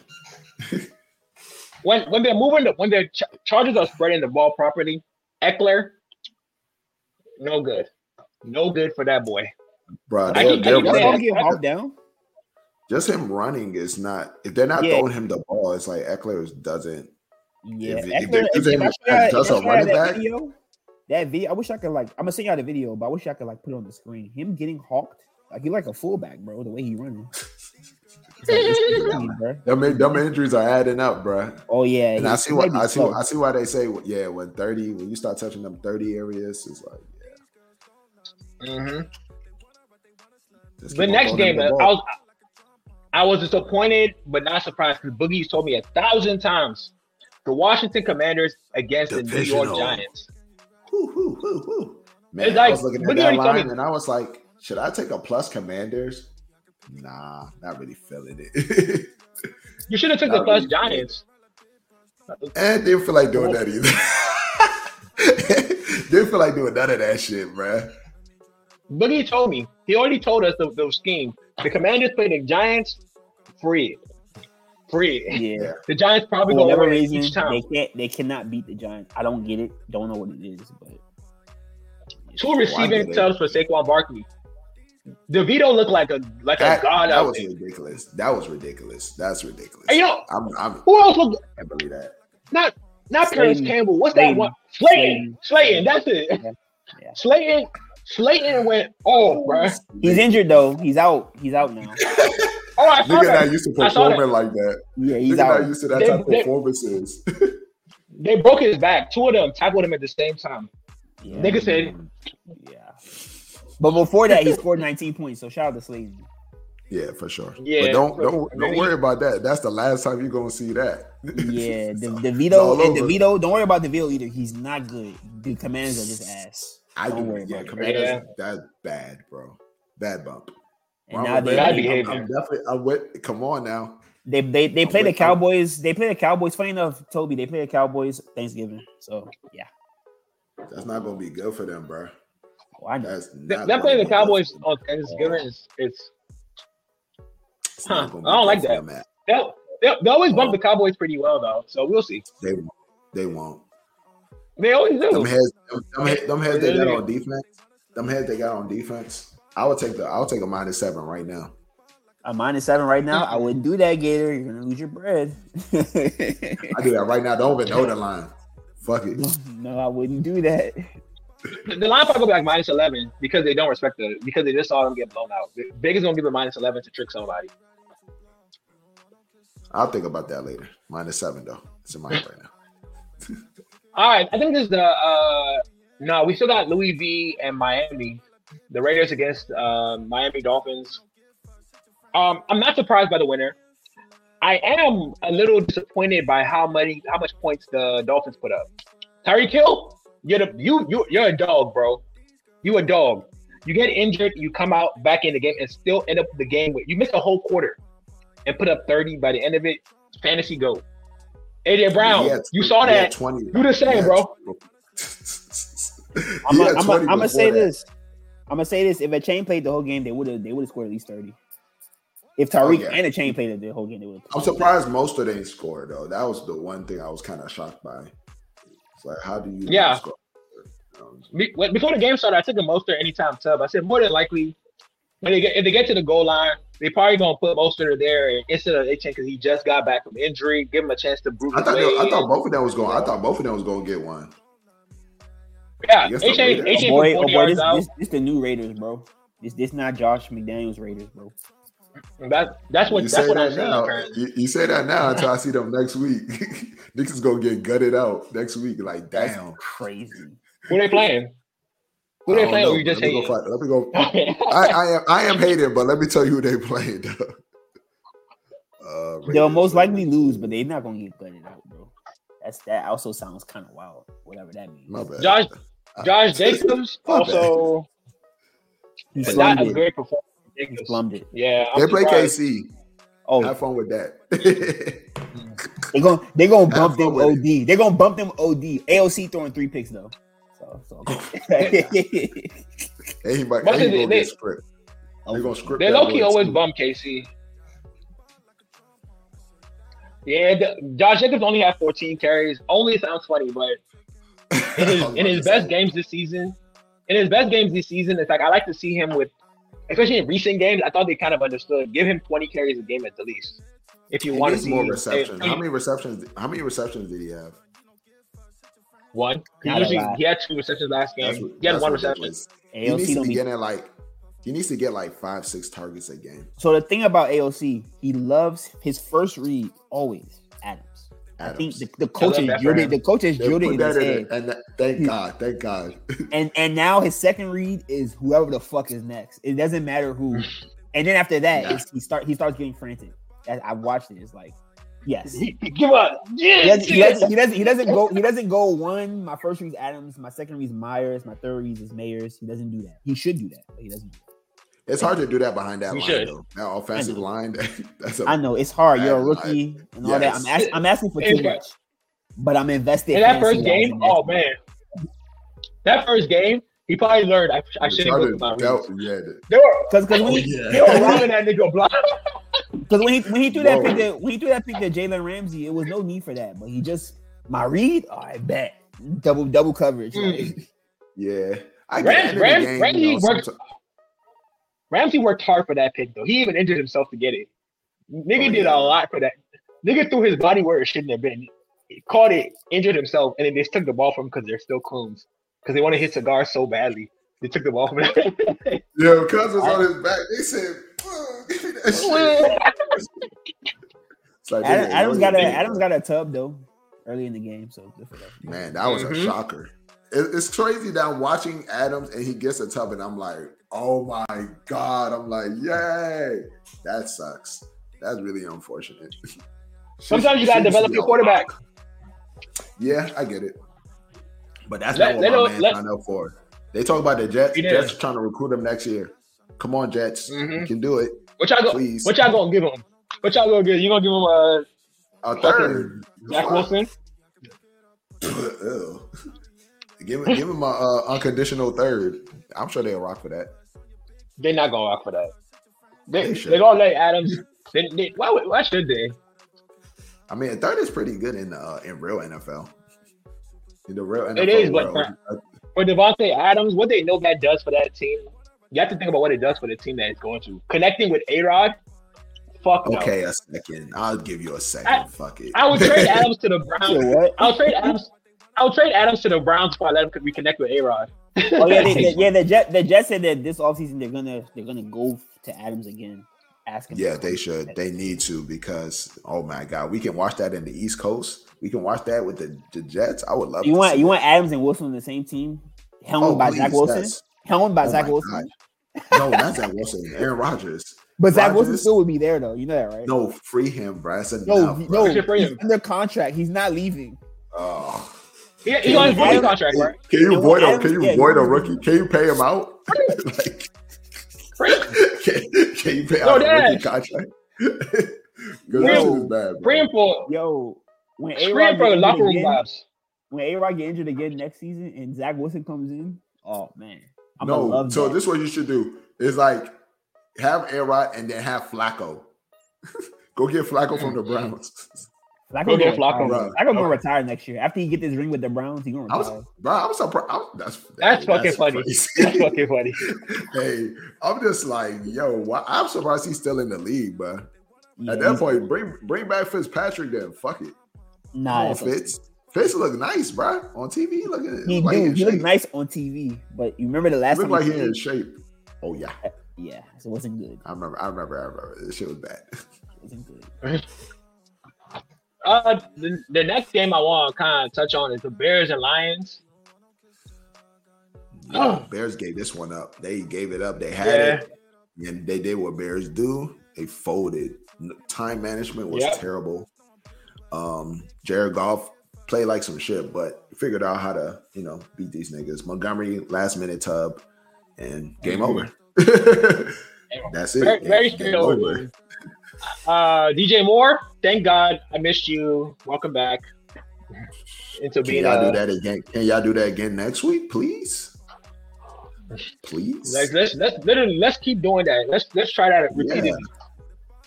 B: When when they're moving the, when their ch- charges are spreading the ball properly, Eckler, no good, no good for that boy.
C: Bro,
B: I
C: they're,
B: keep- I
C: they're
B: keep
D: That's
B: saying-
C: running.
D: all get hauled down.
C: Just him running is not. If they're not
D: Yeah.
C: throwing him the ball, it's like Eckler is- doesn't.
D: Yeah,
C: If- if
D: Eckler-
C: they're using him
D: I
C: as
D: showed y'all-
C: just
D: I
C: a
D: showed y'all
C: running
D: that
C: back-
D: Video, that video, I wish I could like. I'm gonna send y'all the video, but I wish I could like put it on the screen. Him getting hawked, like he like a fullback, bro. The way he running. It's like, this is crazy, bro.
C: Them, in- them injuries are adding up, bruh.
D: Oh yeah,
C: And
D: he-
C: I see
D: he
C: what
D: might be
C: I see. What,
D: slow.
C: I see why they say, yeah, when thirty, when you start touching them thirty areas, it's like, yeah. Mm-hmm.
B: hmm
C: just
B: The
C: keep on
B: next
C: throwing him
B: game,
C: the
B: I
C: ball.
B: was I was disappointed but not surprised because Boogie's told me a thousand times the Washington Commanders against the New
C: Divisional.
B: York Giants.
C: Woo, woo, woo, woo. Man,
B: It's
C: I
B: like,
C: was looking
B: look
C: at
B: at
C: that
B: each
C: line
B: other.
C: and I was like, should I take a plus commanders? Nah, not really feeling it.
B: You should have took
C: Not
B: the plus
C: really.
B: Giants.
C: and didn't feel like doing that either. didn't feel like doing none of that shit, bruh.
B: Boogie told me he already told us the, the scheme. The Commanders play the Giants free, free.
D: Yeah,
B: The Giants probably
D: for
B: go
D: whatever
B: over it
D: reason,
B: each
D: they
B: time.
D: can't. They cannot beat the Giants. I don't get it. Don't know what it is, but
B: Two
C: get
B: receiving
C: it.
B: subs for Saquon Barkley. DeVito looked like a like
C: That,
B: a god
C: that
B: out
C: was
B: there.
C: ridiculous. That was ridiculous. That's ridiculous.
B: Hey, yo,
C: I'm, I'm,
B: who else looked
C: I can't believe that.
B: not not
D: Slayton.
B: Paris Campbell? What's
D: Slayton.
B: that one? Slayton. Slayton.
D: Slayton.
B: That's it.
C: Oh,
D: Yeah. Yeah.
B: Slayton. Slayton went off, bruh.
D: Oh, he's injured though. He's out. He's out now.
B: Oh, I saw
C: Nigga
B: that.
C: not used to
B: I saw that.
C: performing like that.
D: Yeah,
C: Nigga
D: he's
C: not
D: out.
C: used to that
B: They-
C: type of
B: they-
C: performances.
B: They broke his back. Two of them tackled him at the same time.
D: Yeah.
B: Nigga said,
D: Yeah. But before that, he scored 19 points. So shout out to Slayton.
C: Yeah, for sure.
B: Yeah,
C: but don't
B: for-
C: don't
B: I mean,
C: don't
B: he-
C: worry about that. That's the last time you're gonna see that.
D: Yeah, De-
C: It's all
D: DeVito and
C: over.
D: DeVito. Don't worry about DeVito either. He's not good. The commands are just ass.
C: I
D: don't
C: do.
D: worry
C: Yeah,
D: about it.
C: Commanders.
B: Yeah.
C: That's bad, bro. Bad bump. Ron
D: And now
C: Rivera,
B: Bad
D: they,
B: behavior.
C: I'm, I'm definitely. I went. Come on now.
D: they they they
C: I'm
D: play the
C: with- I'm-
D: Cowboys. They play the Cowboys. Funny enough, Toby, they play the Cowboys Thanksgiving. So yeah,
C: That's not gonna be good for them, bro.
D: oh, I know.
C: That's
B: They-
C: not.
B: They're playing the Cowboys
C: Oh,
B: on Thanksgiving. It's, it's Huh, I don't like that. they they they always bump the Cowboys pretty well though, so we'll see.
C: They won't. They won't.
B: They always
C: Them
B: do.
C: heads. Them, them, head- them heads they got
B: Yeah.
C: on defense. Them heads they got on defense. I would take the. I'll take a minus seven right now.
D: I'm minus seven right now. I wouldn't do that, Gator. You're gonna lose your bread.
C: I do that right now. Don't even know the line. Fuck it.
D: no, I wouldn't do that.
B: The the line probably go back minus eleven because they don't respect the because they just saw them get blown out. Vegas gonna give a minus eleven to trick somebody.
C: I'll think about that later. Minus seven though. It's in my head right now.
B: All right, I think this is the uh no, we still got Louis V and Miami, the Raiders against uh, Miami Dolphins. Um, I'm not surprised by the winner. I am a little disappointed by how many how much points the Dolphins put up. Tyreek Hill, you're the, you you you're a dog, bro. You a dog. You get injured, you come out back in the game and still end up the game with you miss a whole quarter and put up 30 by the end of it. Fantasy go. AJ Brown,
C: He had-
B: you saw
C: he
B: that.
C: had 20.
B: You the same,
C: He had
B: bro.
C: 20.
D: I'm
C: He had
D: gonna
C: 20
D: I'm
C: before
D: gonna say
C: that.
D: this. I'm gonna say this. If a chain played the whole game, they would have they would have scored at least thirty. If
C: Oh,
D: Tyreek
C: yeah.
D: and a chain played the whole game, they would.
C: I'm surprised most of them scored though. That was the one thing I was kind of shocked by. It's like, how do you? not
B: Yeah.
C: score? Um,
B: Be- when- before the game started, I took a Mostert anytime sub. I said more than likely when they get if they get to the goal line, they probably gonna put Mostert there and instead of Itchen because he just got back from injury, give him a chance to prove.
C: I
B: his
C: thought they,
B: way.
C: I thought both of them was going. I thought both of them was going to get one.
B: Yeah,
C: Yes,
B: they
C: I
B: changed.
C: believe
B: They
C: it.
B: changed
C: Came
D: boy,
B: from
D: oh
B: 40
D: boy,
B: yards
D: this,
B: out.
D: this, this the new Raiders, bro. This this not Josh McDaniels Raiders, bro.
B: And that, that's what
C: you
B: that's
C: say
B: what I'm
C: that
B: saying.
C: now.
B: apparently.
C: You, you say that now until I see them next week. Niggas gonna get gutted out next week. Like,
D: That's
C: damn.
D: crazy.
B: Who they playing? Who
C: I
B: they
C: don't
B: playing?
C: know,
B: Or you
C: but
B: just
C: let me
B: hanging?
C: go. Find, let me go. I, I am I am hating, but let me tell you who they played. uh,
D: They'll
C: Raiders,
D: most likely
C: Raiders.
D: lose, but they're not gonna get gutted out, bro. That's that also sounds kind of wild, whatever that means.
C: My bad.
B: Josh Josh Jacobs
C: My bad.
B: also
D: He
B: but
D: slummed
B: not a
D: it.
B: great performance. Jacobs.
D: Slummed it.
B: Yeah, I'm
C: they play
B: surprised.
C: KC.
D: Oh,
C: Have fun with that.
D: they're gonna they gonna bump
C: Have fun
D: them
C: with
D: OD. They're gonna bump them OD. AOC throwing three picks though. So, so
C: They ain't about-
B: But
C: they
B: they-
C: ain't gonna
B: they-
C: get script. They gonna script.
B: They
C: that
B: low key
C: boy,
B: always
C: too.
B: bum KC. Yeah, the, Josh Jacobs only had 14 carries. Only sounds funny, but in his,
C: I was
B: in his
C: about to
B: best
C: say.
B: games this season, in his best games this season, it's like I like to see him with, especially in recent games. I thought they kind of understood. Give him 20 carries a game at the least, if you
C: He
B: want to
C: needs
B: see
C: more
B: eh,
C: receptions. How many receptions? How many receptions did he have?
B: One. He
D: Not a
B: usually
D: lot.
B: he had two receptions last game.
C: That's what-
B: he had
C: that's
B: one
C: ridiculous.
B: reception.
C: He needs
D: AOC
C: to
D: don't
C: be
D: be
C: getting like he needs to get like five, six targets a game.
D: So the thing about AOC, he loves his first read always Adams. I think
C: Adams.
D: the, the coach
B: love
D: has
B: that for
D: drilled
B: him.
D: it. The coach has
C: They
D: drilled it
C: put
D: in
C: that
D: his
C: in
D: head.
C: it, and that, thank
D: He-
C: God, thank God.
D: And and now his second read is whoever the fuck is next. It doesn't matter who. And then after that, it's, he start he starts getting frantic. I, I watched it. It's like, yes.
B: He, he give up.
D: He
B: Yeah,
D: doesn't, he, doesn't, he doesn't. He doesn't go. He doesn't go one. My first read is Adams. My second read is Myers. My third read is Mayers. He doesn't do that. He should do that, but he doesn't. Do
C: It's hard to do that behind that
B: You
C: line
B: should.
C: though. That offensive
D: I know.
C: line. That's
D: that. I
C: a
D: know it's hard. You're a
C: Bad
D: rookie and all that. I'm,
C: Yes.
D: ask, I'm asking for
B: It's
D: too
B: bad.
D: much, but I'm invested.
B: in that first
D: fantasy-wise
B: game,
D: in that.
B: oh man, that first game, he probably learned I, I
C: the
B: shouldn't go to
C: Chargers
B: my reads.
C: dealt- Yeah, the-
B: They were,
D: Cause, cause when
C: oh,
D: he,
C: yeah.
B: they were robbing that nigga block.
D: cause when he when he threw that
C: Bro.
D: pick to, when he threw that pick to Jalen Ramsey, it was no need for that. But he just my read, oh, I bet double double coverage.
C: Hmm.
D: like,
B: Mm.
C: yeah. I
B: Ram-
C: get
B: Ram-
C: Ram, game,
B: Ramsey
C: you know,
B: worked-
C: sometime-
B: Ramsey worked hard for that pick though. He even injured himself to get it. Nigga
C: Oh,
B: did a
C: yeah.
B: lot for that. Nigga threw his body where it shouldn't have been. He caught it, injured himself, and then they took the ball from him because they're still coons. Because they want to hit cigar so badly. They took the ball from him.
C: yeah, cousins on his back. They said, "Ugh, "Give me that shit." It's like,
D: Adam,
C: they
D: Adams
C: didn't
D: got
C: know
D: a
C: you did
D: Adams
C: that.
D: got a tub though early in the game, so good for that.
C: Man, that was
B: Mhm.
C: a shocker. It- it's crazy that I'm watching Adams and he gets a tub, and I'm like, "Oh my god!" I'm like, "Yay!" That sucks. That's really unfortunate.
B: Sometimes you gotta
C: She- she
B: develop
C: should
B: your
C: be on-
B: quarterback.
C: Yeah, I get it. But that's
B: Let-
C: not
B: let
C: what my
B: him-
C: man
B: let-
C: signed up for. They talk about the Jets.
B: He did.
C: Jets are trying to recruit him next year. Come on, Jets.
B: Mhm.
C: You can do it.
B: What y'all go,
C: Please.
B: what y'all gonna give him? What y'all gonna give? You gonna give him a
C: A third.
B: Zach Wilson?
C: Ew. give, him- give him a uh, unconditional third. I'm sure they'll rock for that.
B: They're not gonna rock for that. They
C: They
B: they
C: should.
B: are gonna let Adams. They, they, why would- why should they?
C: I mean, a third is pretty good in uh, in real NFL. In the real NFL
B: is, but
C: world,
B: For Devontae Adams, what they know that does for that team, you have to think about what it does for the team that it's going to. Connecting with A Rod, fuck no.
C: okay, a second. I'll give you a second.
B: I-
C: Fuck it.
B: I would trade Adams to the
D: You
B: Browns.
D: know what?
B: I'll trade Adams. I'll trade Adams to the Browns before I let him reconnect with A Rod.
D: Oh yeah, they, they- yeah. The Jet the Jets said that this offseason they're gonna they're gonna go to Adams again, ask him.
C: Yeah, they should. They need to because oh my god, we can watch that in the East Coast. We can watch that with the, the Jets. I would love.
D: You
C: to
D: want
C: see
D: you
C: that.
D: want Adams and Wilson on the same team, helmed
C: Oh,
D: by
C: please,
D: Zach Wilson,
C: yes.
D: helmed by
C: Oh
D: Zach
C: my
D: Wilson.
C: God. No, not Zach Wilson. Aaron Rodgers.
D: But Zach Wilson
C: Rodgers-
D: still would be there though. You know that, right?
C: No, free him, bro. That's
D: no,
C: enough.
D: he-
C: bro.
D: no.
B: Good for
D: He's
B: him.
D: under contract. He's not leaving.
C: Oh.
B: He, he's on his rookie
D: Adams-
B: contract, right?
C: Can you
D: And
C: void
D: what
C: a Can you
D: Adams- yeah,
C: void a
D: you-
C: rookie? Can you pay him out? like, can, can you pay out a
B: Dash.
C: rookie contract?
D: Yo.
C: Good, that shit is bad,
B: Free
C: bro.
B: him for
D: Yo, when A
B: free him
D: Rod
B: for
D: get
B: locker
D: injured
B: room
D: again,
B: vibes.
D: when A Rod get injured again next season, and Zach Wilson comes in, oh man, I'm gonna
C: no,
D: love
C: so
D: that.
C: this is what you should do is like have Arod and then have Flacco. Go get Flacco from the
D: Mm-hmm.
C: Browns.
D: Flacco
B: Go get
D: gonna
B: Flacco,
D: retire.
C: bro.
D: Flacco gonna retire next year after he get this ring with the Browns. He gonna
C: I was,
D: retire.
C: bro, I'm surprised. I'm, that's
B: That's fucking funny.
C: crazy.
B: That's fucking funny.
C: hey, I'm just like, yo, why, I'm surprised he's still in the league, bro.
D: Yeah,
C: At
D: he's-
C: that point, bring bring back Fitzpatrick. Then fuck it. Come
D: nah,
C: on,
D: it's okay.
C: Fitz. Face look nice, bro. On TV, he look
D: He
C: like
D: do.
C: in
D: He looked
C: shape.
D: nice on TV, but you remember the last
C: Look
D: time?
C: like
D: he
C: he
D: played?
C: in shape. Oh yeah,
D: yeah, so it wasn't good.
C: I remember. I remember. I remember. This shit was bad.
D: It wasn't good.
B: Uh, the, the next game I want to kind of touch on is the Bears and Lions.
C: Yeah,
B: Oh.
C: Bears gave this one up. They gave it up. They had it, and they did what Bears do. They folded. N- Time management was
B: Yep.
C: terrible. Um, Jared Goff played like some shit, but figured out how to you know beat these niggas. Montgomery last minute tub, and game over. That's
B: Mm-hmm.
C: it.
B: Very, very
C: Game
B: straightforward. game. Uh, DJ Moore, thank God I missed you. Welcome back into
C: Can
B: being uh,
C: y'all do
B: a,
C: that again? Can y'all do that again next week, please? Please.
B: like let's let's literally let's keep doing that. Let's let's try that repeatedly.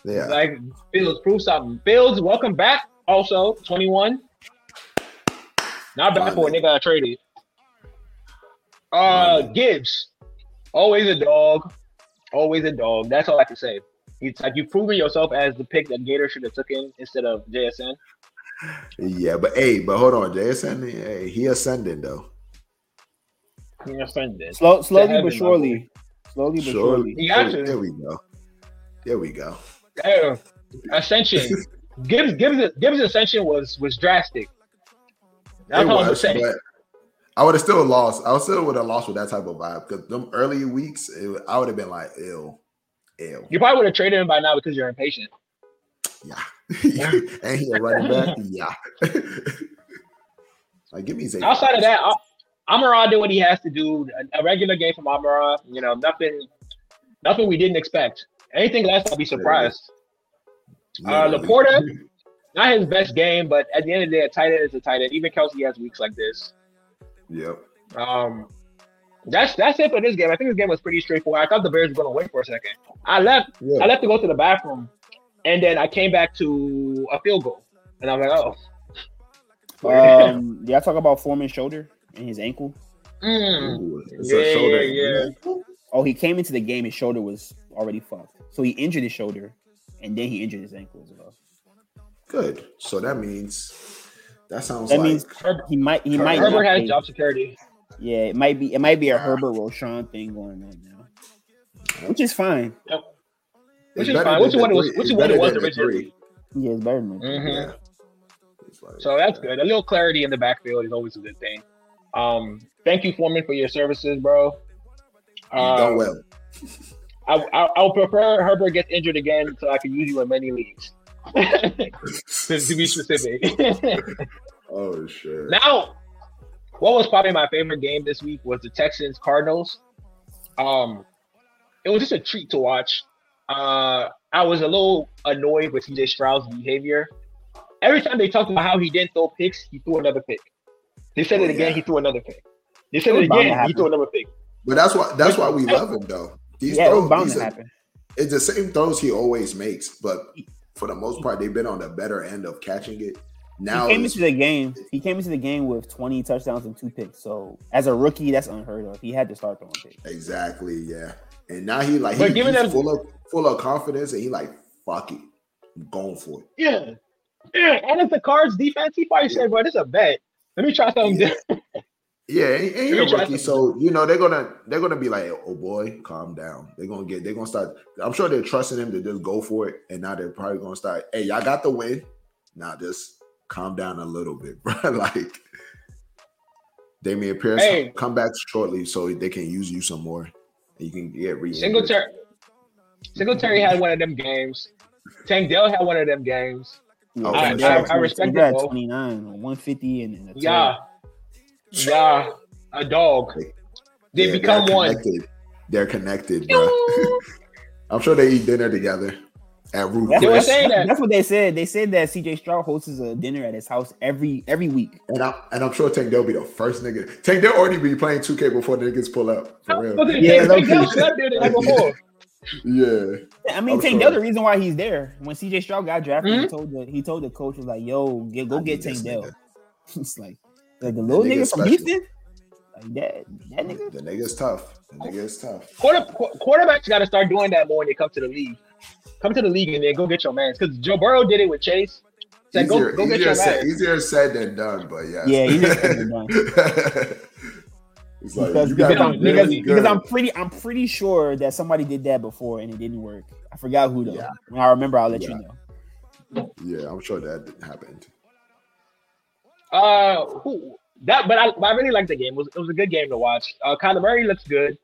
C: yeah.
B: Like Fields, prove something. Fields, welcome back. Also, twenty one. Not bad for a nigga I traded. Uh, Gibbs, always a dog, always a dog. That's all I can say. It's like you've proven yourself as the pick that Gator should have took in instead of JSN.
C: Yeah, but hey, but hold on, JSN, hey, he ascending though.
B: You know, friend did.
D: Slow, slowly
B: heaven,
D: but
B: my
D: surely. Slowly but
C: Sure.
D: surely.
B: He got
C: There-
B: you.
C: There we go. There we go.
B: Uh, ascension. Gibbs, Gibbs, Gibbs' ascension was was drastic. That's
C: It
B: what I'm
C: was,
B: saying.
C: but I would have still lost. I would still would have lost with that type of vibe because them early weeks, it, I would have been like, ill, ill.
B: You probably would have traded him by now because you're impatient.
C: Yeah. and he a running back. Yeah. like, give me Zay.
B: Outside of
C: Flowers.
B: that, Amara did what he has to do. A, a regular game from Amara. You know, nothing, nothing we didn't expect. Anything less, I'll be surprised. uh,
C: Literally.
B: Laporta? Not his best game, but at the end of the day, a tight end is a tight end. Even Kelsey has weeks like this.
C: Yep.
B: Um, that's that's it for this game. I think this game was pretty straightforward. I thought the Bears were going to win for a second. I left.
C: Yeah.
B: I left to go to the bathroom, and then I came back to a field goal, and I'm like, oh,
D: Um, y'all talk about Foreman's shoulder and his ankle.
B: mm.
C: Ooh, it's
B: Yeah,
C: a shoulder.
B: yeah,
D: Oh, he came into the game. His shoulder was already fucked, so he injured his shoulder, and then he injured his ankle as well.
C: Good. So that means that sounds
D: That
C: like
D: means- He might. He might.
B: Herbert
D: not
B: has
D: play.
B: job security.
D: Yeah, it might be. It might be a Herbert Roshan thing going on now, which is fine.
B: Which
C: it's
B: is
C: better
B: fine.
C: than
B: Which
C: the
B: one it was?
C: three-
B: Which
C: it's
B: one it
C: better
B: was
C: than the
B: originally?
C: three.
D: Yeah, it's better than that.
B: Mhm.
C: Yeah. It's like-
B: So that's good. A little clarity in the backfield is always a good thing. Um, thank you, Foreman, for your services, bro.
C: You done
B: Uh,
C: well.
B: I, I I'll prefer Herbert gets injured again so I can use you in many leagues. to, to be specific.
C: Oh shit.
B: Now, what was probably my favorite game this week was the Texans Cardinals. Um, it was just a treat to watch. Uh, I was a little annoyed with CJ Stroud's behavior. Every time they talked about how he didn't throw picks, he threw another pick. They said
C: Oh,
B: it again,
C: yeah.
B: he threw another pick. They said
D: It
B: it
D: was bound to
B: again, he
D: happen.
B: threw another pick.
C: but that's why that's why we love him though. These
D: Yeah, it was
C: throws,
D: bound
C: these
D: to
C: are-
D: happen.
C: it's the same throws he always makes, but for the most part, they've been on the better end of catching it. Now
D: he came
C: it's-
D: into the game. He came into the game with 20 touchdowns and two picks. So as a rookie, that's unheard of. He had to start throwing picks.
C: exactly, yeah. And now he like
B: But
C: he,
B: given
C: he's
B: that-
C: full of full of confidence, and he like fuck it, I'm going for it.
B: Yeah. Yeah. And it's the Cards defense. He probably said, bro, this is a bet. Let me try something
C: Yeah.
B: different.
C: Yeah, and, and
B: Let
C: you're
B: me
C: a
B: try
C: rookie, so you know they're gonna they're gonna be like, oh boy, calm down. They're gonna get they're gonna start. I'm sure they're trusting him to just go for it, and now they're probably gonna start. Hey, y'all got the win. Now just calm down a little bit, bro. like Damian Pierce
B: Hey.
C: come back shortly, so they can use you some more, and you can get re.
B: Singletary, Singletary had one of them games. Tank Dell had one of them games.
C: Oh,
B: I-
D: He
B: I-
D: had
B: I respect
D: 20 he had
B: it, though.
D: 29 on 150 and, and a
B: Yeah, yeah, a dog. They become one.
C: one. They're connected, bro. I'm sure they eat dinner together at Ruth
D: That's,
B: They were
C: Chris.
D: that's,
B: saying that.
D: that's what they said. They said that CJ Stroud hosts a dinner at his house every every week.
C: And I'm and I'm sure Tank Dell be the first nigga. Tank Dell already be playing 2K before the niggas pull up. For real.
B: Oh, Okay,
D: Yeah,
B: Tank-
D: low
B: Tank Dell
D: key.
B: was up there the night before.
C: Yeah.
D: I mean,
C: I'm
D: Tank
C: sure.
D: Dell the reason why he's there. When CJ Stroud got drafted,
B: Mhm.
D: he told the he told the coach was like, "Yo, get, go
C: I
D: get
C: need this
D: Tank Dell."
C: nigga.
D: it's like, like the little
C: nigga's
D: nigga from
C: special.
D: Houston, like that that nigga.
C: The nigga's tough. The nigga's tough.
B: Quarter, qu- quarterbacks got to start doing that more when they come to the league. Come to the league and then go get your man. Because Joe Burrow did it with Chase. Like, go,
C: easier,
B: go get
C: easier,
B: your
C: said,
B: bag.
C: easier said than done, but yes.
D: Yeah, easier said than done.
C: it's like,
D: Because,
C: you
D: because,
C: gotta
D: I'm,
C: be
B: really
D: because,
C: really
D: because
C: good.
D: I'm pretty I'm pretty sure that somebody did that before and it didn't work. I forgot who though.
C: Yeah.
D: When I remember, I'll let
C: Yeah.
D: you know.
C: yeah, I'm sure that happened.
B: Uh, who that? But I, but I really liked the game. It was, it was a good game to watch. Uh, Kyler Murray looks good.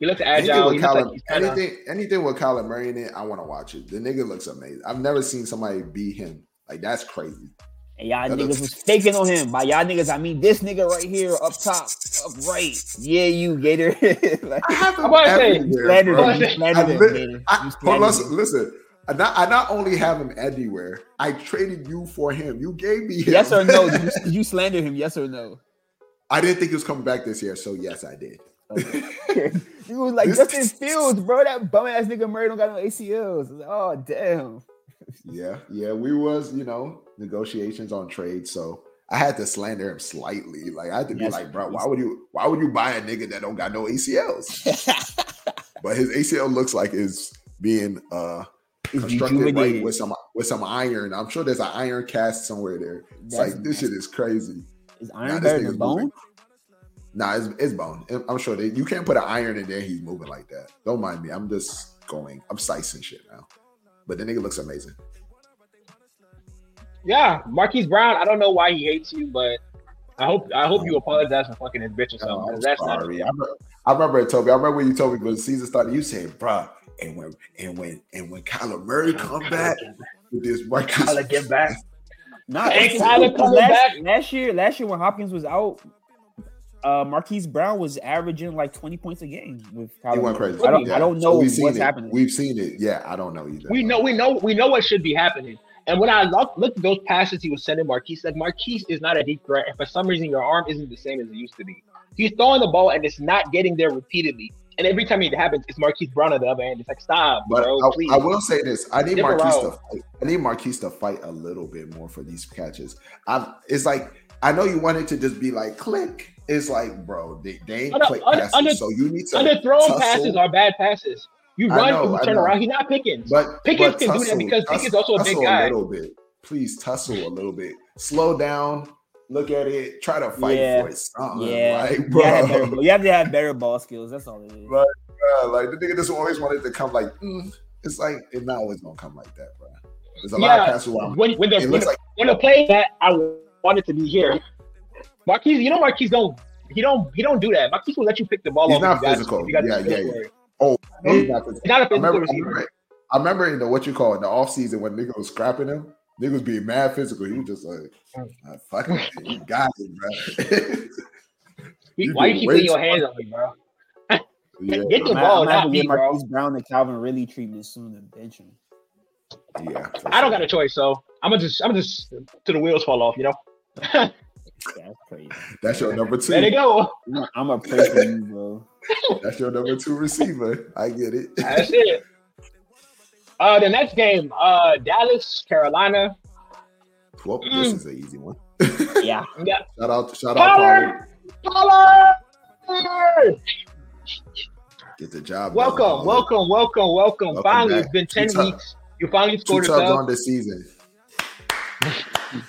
B: He looks
C: Anything
B: agile. He
C: with,
B: looks like
C: Kyler,
B: he's kinda,
C: anything, anything with Kyler Murray in it, I want to watch it. The nigga looks amazing. I've never seen somebody beat him. Like that's crazy.
D: And y'all
C: That
D: niggas
C: looks-
D: was faking on him. By y'all niggas, I mean this nigga right here up top, up right. Yeah, you Gator. like,
C: I haven't.
B: I'm about to say,
D: you
C: everywhere,
D: slandered
C: bro.
D: him. You slandered
C: I
D: him,
C: lit-
D: Gator.
C: I,
D: You
C: hold on,
D: slandered
C: listen,
D: him.
C: listen. I not, I not only have him everywhere. I traded you for him. You gave me him.
D: Yes or no? Did you, did you slander him? Yes or no?
C: I didn't think he was coming back this year, so yes, I did.
D: He was like
C: This-
D: Justin Fields, bro. That bum ass nigga Murray don't got no ACLs. Oh damn.
C: Yeah, yeah, we was you know negotiations on trade, so I had to slander him slightly. Like I had to be
D: Yes.
C: like, bro, why would you why would you buy a nigga that don't got no ACLs? But his ACL looks like is being uh
D: He's
C: constructed right
D: rejuvenated.
C: with some with some iron. I'm sure there's an iron cast somewhere there. It's
D: That's
C: like this shit is crazy.
D: Is
C: Nah, this
D: iron better
C: nigga's
D: than bone?
C: moving. Nah, it's, it's bone. I'm- I'm sure that you can't put an iron in there. He's moving like that. Don't mind me. I'm just going. I'm slicing shit now. But the nigga looks amazing.
B: yeah, Marquise Brown. I don't know why he hates you, but I hope I hope you apologize for fucking his bitch or something.
C: Oh,
B: 'cause
C: I'm
B: that's not
C: sorry. I remember, I remember it, Toby. I remember when you told me when the season started. You said, "Bruh," and when and when and when Kyler Murray come back with this white
B: Kyler get back.
D: Nah,
B: Hey,
D: it's-
B: Tyler
D: it's-
B: coming
D: last,
B: back.
D: last year, last year when Hopkins was out, uh Marquise Brown was averaging like 20 points a game with Kyler.
C: He went
D: Murray.
C: crazy.
D: I don't
C: Yeah.
D: I don't
C: So
D: know
C: we've seen
D: what's
C: it.
D: happening.
C: We've seen it. Yeah, I don't know either.
B: We know we know we know what should be happening. And when I look, looked at those passes he was sending Marquise, like Marquise is not a deep threat, and for some reason your arm isn't the same as it used to be. He's throwing the ball and it's not getting there repeatedly. And every time it happens, it's Marquise Brown on the other end. It's like stop,
C: But
B: bro,
C: I,
B: please.
C: I will say this: I need
B: Dip
C: Marquise to
B: around.
C: fight. I need Marquise to fight a little bit more for these catches. I'm. It's like I know you want it to just be like click. It's like, bro, they, they ain't
B: Under-
C: click
B: under-
C: passes,
B: under-
C: so you need to
B: Underthrown
C: tussle.
B: passes are bad passes. You
C: I
B: run,
C: know,
B: you
C: I
B: turn
C: know.
B: around. He's not picking.
C: But
B: Pickens
C: but
B: can do that because
C: tussle-
B: Pickens also a big
C: tussle
B: guy.
C: A little bit, please tussle a little bit. Slow down. Look at it. Try to fight
D: Yeah.
C: for it. Something.
D: yeah,
C: uh, like,
D: you,
C: bro.
D: gotta have better, you have to have better ball skills. That's all it is.
C: Bro. Yeah, like the nigga just always wanted to come like. mm. It's like it's not always gonna come like that, bro. There's a lot of
B: Yeah.
C: passes where I'm,
B: When when the
C: um, it
B: when,
C: looks
B: the-
C: like
B: when the play that I wanted to be here, Marquise, you know Marquise don't he don't he don't do that. Marquise will let you pick the ball.
C: He's
B: off if you
C: not
B: got-
C: physical.
B: if you got the
C: Yeah,
B: skill
C: yeah, yeah. Oh,
B: for it.
C: he's not the
B: He's not a
C: I
B: physical
C: remember, I
B: receiver.
C: remember, I remember in the what you call it, the offseason when nigga was scrapping him, nigga was being mad physical. He was just like, I fucking you got it,
B: You-
C: You
B: Why
C: do
B: you keep
C: way
B: putting your
C: too
B: hands on me, bro?
C: bro. yeah,
B: Get the
D: I'm,
B: ball,
D: I'm gonna have
B: not
D: to
B: me,
D: get
B: bro.
D: Marquise Brown and Calvin Ridley treatment soon and bench him.
C: yeah,
B: I don't got a choice, so I'm gonna just I'm gonna just till the wheels fall off, you know.
D: That's crazy.
C: That's your number two.
B: There it go.
D: I'm, I'm a pray for you, bro.
C: That's your number two receiver. I get it.
B: That's it. Uh, the next game, uh, Dallas, Carolina.
C: Well,
B: Mm.
C: this is an easy one.
D: Yeah,
B: Yeah,
C: Shout out, shout out, Pollard.
B: Pollard, Pollard.
C: Get the job. done,
B: Welcome,
C: Pollard.
B: welcome, welcome, welcome.
C: Welcome
B: Finally,
C: back.
B: it's been
C: Two
B: ten
C: tubs.
B: weeks. You finally
C: Two
B: scored a
C: tubs
B: sub.
C: on this season.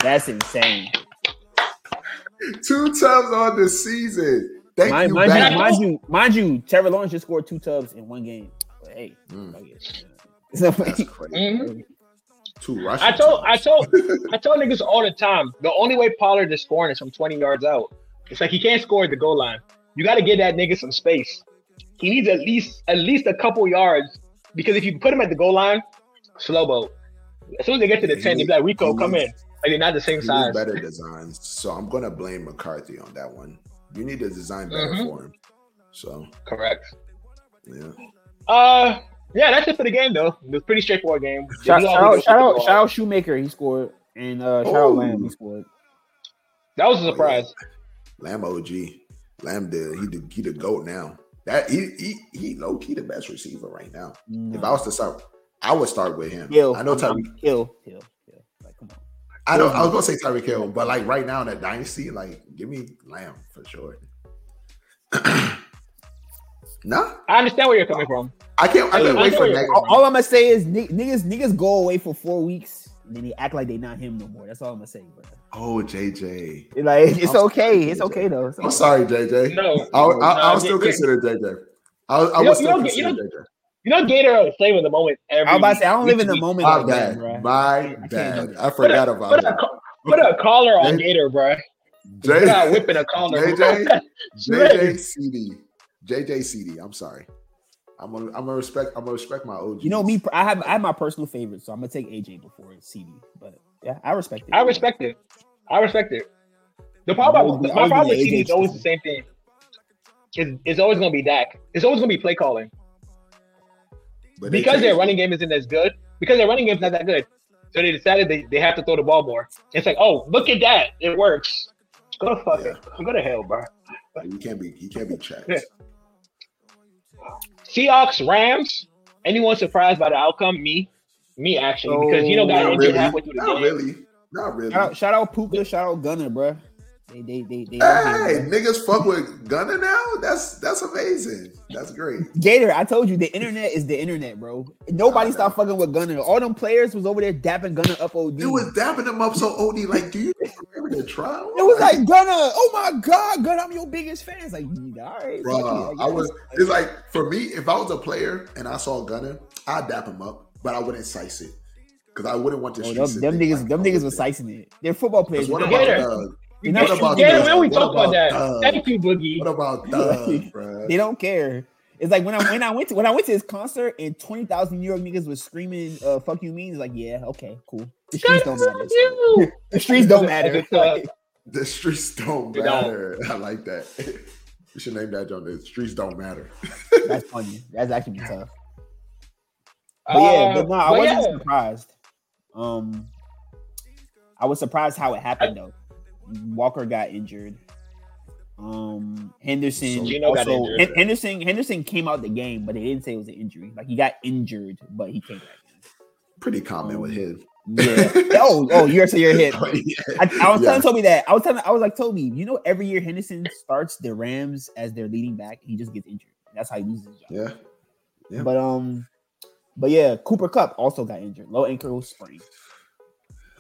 D: that's insane.
C: Two tubs on the season. Thank
D: Mind,
C: you,
D: mind
C: back.
D: you, mind you, mind you, Trevor Lawrence just scored two tubs in one game. But hey,
C: Mm,
D: fuck it. It's not
C: that's crazy.
B: Mhm.
C: Two Russian.
B: I told, I
C: tubs.
B: told, I told niggas all the time. The only way Pollard is scoring is from 20 yards out. It's like he can't score at the goal line. You got to give that nigga some space. He needs at least at least a couple yards because if you put him at the goal line, slow boat. As soon as they get to the
C: He
B: 10, they
C: needs-
B: be like, Rico,
C: he
B: come in.
C: needs-
B: Like they're not the same
C: You need
B: size.
C: better designs. So I'm gonna blame McCarthy on that one. You need to design better
B: Mhm.
C: for him. So
B: Correct.
C: yeah.
B: Uh, yeah, that's it for the game though. It was a pretty straightforward game.
D: Shout,
B: We all-
D: shout
B: we all-
D: out, shout out, shout out, Shoemaker. He scored, and uh, shout
C: Oh.
D: out Lamb. He scored.
B: That was a surprise.
C: Lamb OG. Lamb the he the he the goat now. That he he he low key the best receiver right now.
D: Mm.
C: If I was to start, I would start with him.
D: Hill,
C: I know Tyreek.
D: Hill, Hill, Hill. Like, come on.
C: I know I was gonna say Tyreek Hill, but like right now in that dynasty, like give me Lamb for sure. nah,
B: I understand where you're coming from.
C: I can't. I
B: Hey,
C: can't
B: I
C: wait
B: know
C: for
B: you're-
C: next.
D: All, all I'm gonna say is ni- niggas, niggas go away for four weeks. and then they act like they not him no more. That's all I'm gonna say, bro.
C: Oh, JJ.
D: Like it's
C: I'm sorry,
D: okay. It's
C: JJ.
D: okay though. It's
C: I'm
D: okay.
C: sorry, JJ.
B: No,
C: I, I, I'll
B: no,
C: still
B: yeah, yeah.
C: consider JJ. I, I
B: You
C: will
B: don't-
C: still
B: you don't get- you
C: consider
B: don't-
C: JJ.
B: You know, Gator a slave in the moment. Every
D: I'm about to say I
B: week.
D: don't live in the
B: Week.
D: moment
C: My
D: like that,
C: bad.
D: bro.
C: My
D: can't do
C: bad.
D: that.
C: I forgot about
B: Put a,
C: that.
B: co- put a collar on
C: J-
B: Gator, bro. Put a
C: JJ,
B: whip and a collar.
C: JJ,
B: Right.
C: JJ CD. JJ CD. I'm sorry. I'm gonna I'm gonna respect I'm gonna respect my OG.
D: You know me. I have I have my personal favorites, so I'm gonna take AJ before CD. But yeah, I respect it.
B: I respect it. I respect it. The problem,
D: I'll be- I'll
B: my
D: be
B: problem with
D: the
B: CD is
D: agent.
B: always the same thing. It's, it's always going to be Dak. It's always going to be play calling
C: But they
B: because their
C: changed-
B: running game isn't as good. Because their running game's not that good, so they decided they, they have to throw the ball more. It's like, oh, look at that, it works. Go to fuck
C: Yeah.
B: it. Go to hell, bro.
C: You can't be you can't be checked.
B: Yeah. Seahawks, Rams. Anyone surprised by the outcome? Me, me actually, because you know got
C: Not
B: injured
C: Oh, really.
B: halfway through the
C: Not
B: game.
C: really. Not really.
D: Shout out, shout out Puka. Shout out Gunner, bro. They they they they.
C: Hey, niggas fuck with Gunna now? That's that's amazing. That's great.
D: Gator, I told you the internet is the internet, bro. Nobody
C: I
D: stopped fucking with Gunner. All them players was over there dapping Gunner up OD.
C: You was dapping them up so OD. Like, do you remember the trial?
D: It was like Gunner, oh my god, Gunner, I'm your biggest fan. It's like, all right, fuck
C: Bruh,
D: you.
C: I was. It's like for me, if I was a player and I saw Gunner, I'd dap him up, but I wouldn't size it because I wouldn't want to.
D: Oh, them, them niggas, them niggas was sicing it. They're football players.
C: What
D: They're
C: about
B: Gator.
C: Thug?
D: They're
B: Gator,
D: not-
C: What about
B: Gator,
C: Thug?
B: we always
C: What
B: talk about
C: about
B: that.
C: Thug?
B: Thank you, Boogie.
C: What about Thug, bro?
D: they don't care. It's like when I when I went to when I went to his concert and twenty thousand New York niggas was screaming, uh, "Fuck you, mean." It's like, yeah, okay, cool. The streets don't matter.
B: you.
D: The streets don't matter.
B: It's, uh,
C: The streets don't
B: They don't.
C: matter. I like that. You should name that joint. The streets don't matter.
D: That's funny. That's actually tough. But
B: uh,
D: yeah, but no, I
B: but
D: wasn't
B: yeah.
D: surprised. Um, I was surprised how it happened though. Walker got injured. Um, Henderson
B: So Geno got
D: also
B: injured.
D: Hen- Henderson Henderson came out the game, but they didn't say it was an injury. Like he got injured, but he came back.
C: Pretty common with him.
D: Yeah. oh, oh, you're so you're hit.
C: But yeah.
D: I, I was
C: Yeah.
D: telling Toby that. I was telling. I was like Toby, you know, every year Henderson starts the Rams as their leading back. He just gets injured. That's how he loses his job.
C: Yeah. Yeah.
D: But um, but yeah, Cooper Cup also got injured. Low ankle sprain.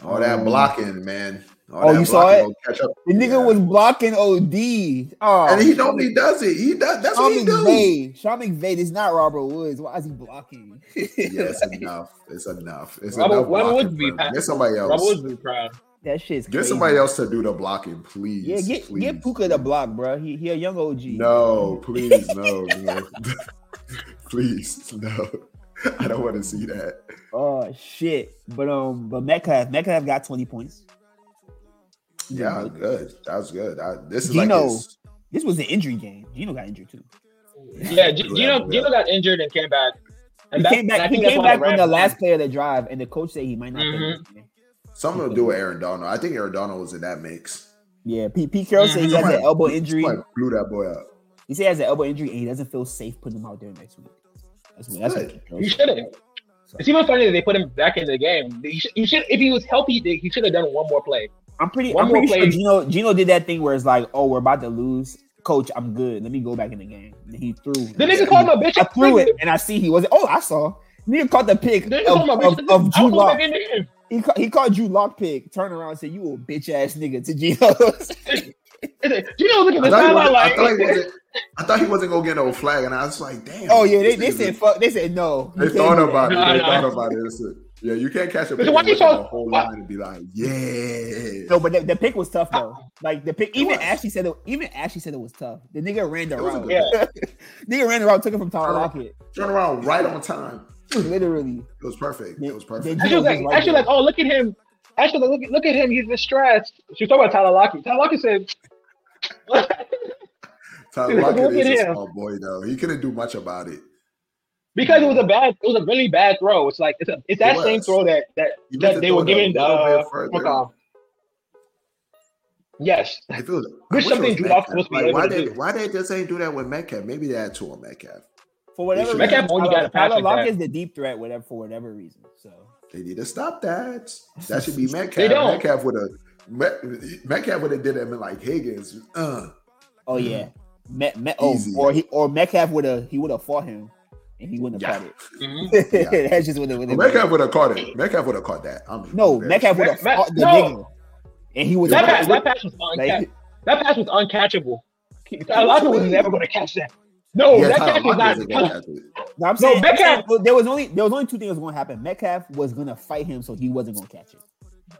C: All that
D: Um,
C: blocking, man. All
D: Oh,
C: that
D: you saw
C: blocking
D: it?
C: will Catch up.
D: The nigga
C: Yeah.
D: was blocking OD. Oh,
C: and he don't. He does it. He does. That's
D: Sean
C: what he does.
D: McVay. Sean McVay is not Robert Woods. Why is he blocking?
C: Yeah, it's enough. It's enough. It's
B: Robert-
C: enough.
B: Robert
C: blocking,
B: would be
C: bro.
B: pa-
C: Get somebody else.
B: I would be proud.
D: that shit's
C: Get
D: crazy.
C: somebody else to do the blocking, please.
D: Yeah, get
C: please.
D: get Puka the block, bro. He he a young OG.
C: No, please, no, no. please, no. I don't want to see that.
D: Oh shit. But um, but Metcalf Metcalf got twenty points.
C: Yeah, good. That's good. I, this is
D: Gino.
C: like his,
D: This was an injury game. Gino got injured too.
B: Yeah, G-
C: Yeah,
B: Gino,
C: yeah.
B: Gino got injured and came back.
D: He
B: that-
D: came
B: I
D: back. He
B: think that's
D: came
B: why
D: back on the
B: Rams-
D: last play of the drive, and the coach said he might not play.
B: Mhm.
D: This game.
C: something to do with Aaron Donald. I think Aaron Donald was in that mix.
D: Yeah, Pete, Pete Carroll said he has
C: Somebody-
D: an elbow injury.
C: somebody blew that boy up.
D: He said he has an elbow injury, and he doesn't feel safe putting him out there next week. That's what. That's what
C: Good.
D: Pete Carroll
B: You
D: said.
B: shouldn't. It's even funny that they put him back in the game. He should, he should if he was healthy, they- he should have done one more play.
D: I'm pretty.
B: One
D: I'm
B: more
D: pretty sure
B: play.
D: Gino Gino did that thing where it's like, oh, we're about to lose, coach. I'm good. Let me go back in the game. And he threw.
B: The nigga called my bitch.
D: I threw it, and I see he wasn't. Oh, I saw. Nigga caught the pick
B: The nigga
D: of,
B: called my
D: of,
B: bitch.
D: of
B: I
D: Drew
B: was
D: Lock.
B: back in the game.
D: He, ca- he called Drew Lock pick. Turn around and said, "You a bitch ass nigga" to Gino.
B: It's like, Gino look at
C: I
B: the
C: thought, he wasn't,
B: sideline
C: I, thought he
B: like.
C: wasn't, I thought he wasn't gonna get no flag, and I was like, damn.
D: oh yeah, they, they
C: this nigga-
D: said fuck. They said no.
C: They
D: You can't
C: thought
D: do that.
C: about it.
B: No,
C: they
B: no.
C: thought about it. It's a- yeah, you can't catch a
B: But
C: pick
B: why
C: and
B: you
C: look at
B: so-
C: the whole
B: why-
C: line and be like, yeah.
D: No, but the, the pick was tough though. Like the pick, even
C: was.
D: Ashley said it. Even Ashley said it was tough. The nigga ran the
C: It was a
D: route.
C: good
D: nigga ran the route, took it from Tyler Lockett.
C: Turn around right on time.
D: Literally.
C: It was perfect. It was perfect.
D: Did-
B: Actually, like,
D: Gino was
B: actually,
D: right
B: like, oh, look at him. Actually, like, look, look at him. He's distressed. She was talking about Tyler Lockett. Tyler Lockett said,
C: Tyler
B: Look
C: Lockett
B: at
C: is a
B: him.
C: small boy though. He couldn't do much about it.
B: because it was a bad, it was a really bad throw. It's like it's, a, it's that
C: It
B: same
C: was.
B: throw that that,
C: You
B: that
C: meant to
B: they
C: throw
B: were
C: it a
B: giving
C: little
B: uh,
C: bit further.
B: Fuck Yes,
C: If it was, I
B: There's
C: wish it
B: something
C: was
B: Drew
C: Metcalf.
B: Lock's supposed to be
C: Like,
B: able
C: why
B: to
C: did
B: do.
C: why they just ain't do that with Metcalf? Maybe they had two on Metcalf.
D: For whatever
C: should-
D: reason,
B: Metcalf only
D: Tyler-
B: got a pass
D: Tyler
B: like
D: Lockett
B: that.
D: is the deep threat, whatever for whatever reason. So
C: They need to stop that. That should be Metcalf.
B: don't.
C: Metcalf would have Met, Metcalf would have did it and been like Higgins. Uh,
D: oh yeah, Met, Met, oh,
C: Easy.
D: or he or Metcalf would have he would have fought him. and he wouldn't have
C: Yeah.
B: Mhm.
D: caught it.
C: Yeah.
D: That's just what it would have
C: Metcalf would have caught it. Metcalf would have caught that. I'm
D: No,
C: embarrassed.
D: Metcalf would have
B: Matt-
D: caught the
B: no.
D: nigga, and he was
B: That pass, that pass was unca- that pass was uncatchable. Alonzo was never going to catch that. No,
C: Yeah,
B: that
C: Tyler
B: catch was
C: Lockett isn't gonna
B: not.
C: catch it.
D: No, I'm saying, I'm saying
B: Metcalf-
D: well, there was only there was only two things that was going to happen. Metcalf was going to fight him, so he wasn't going to catch it.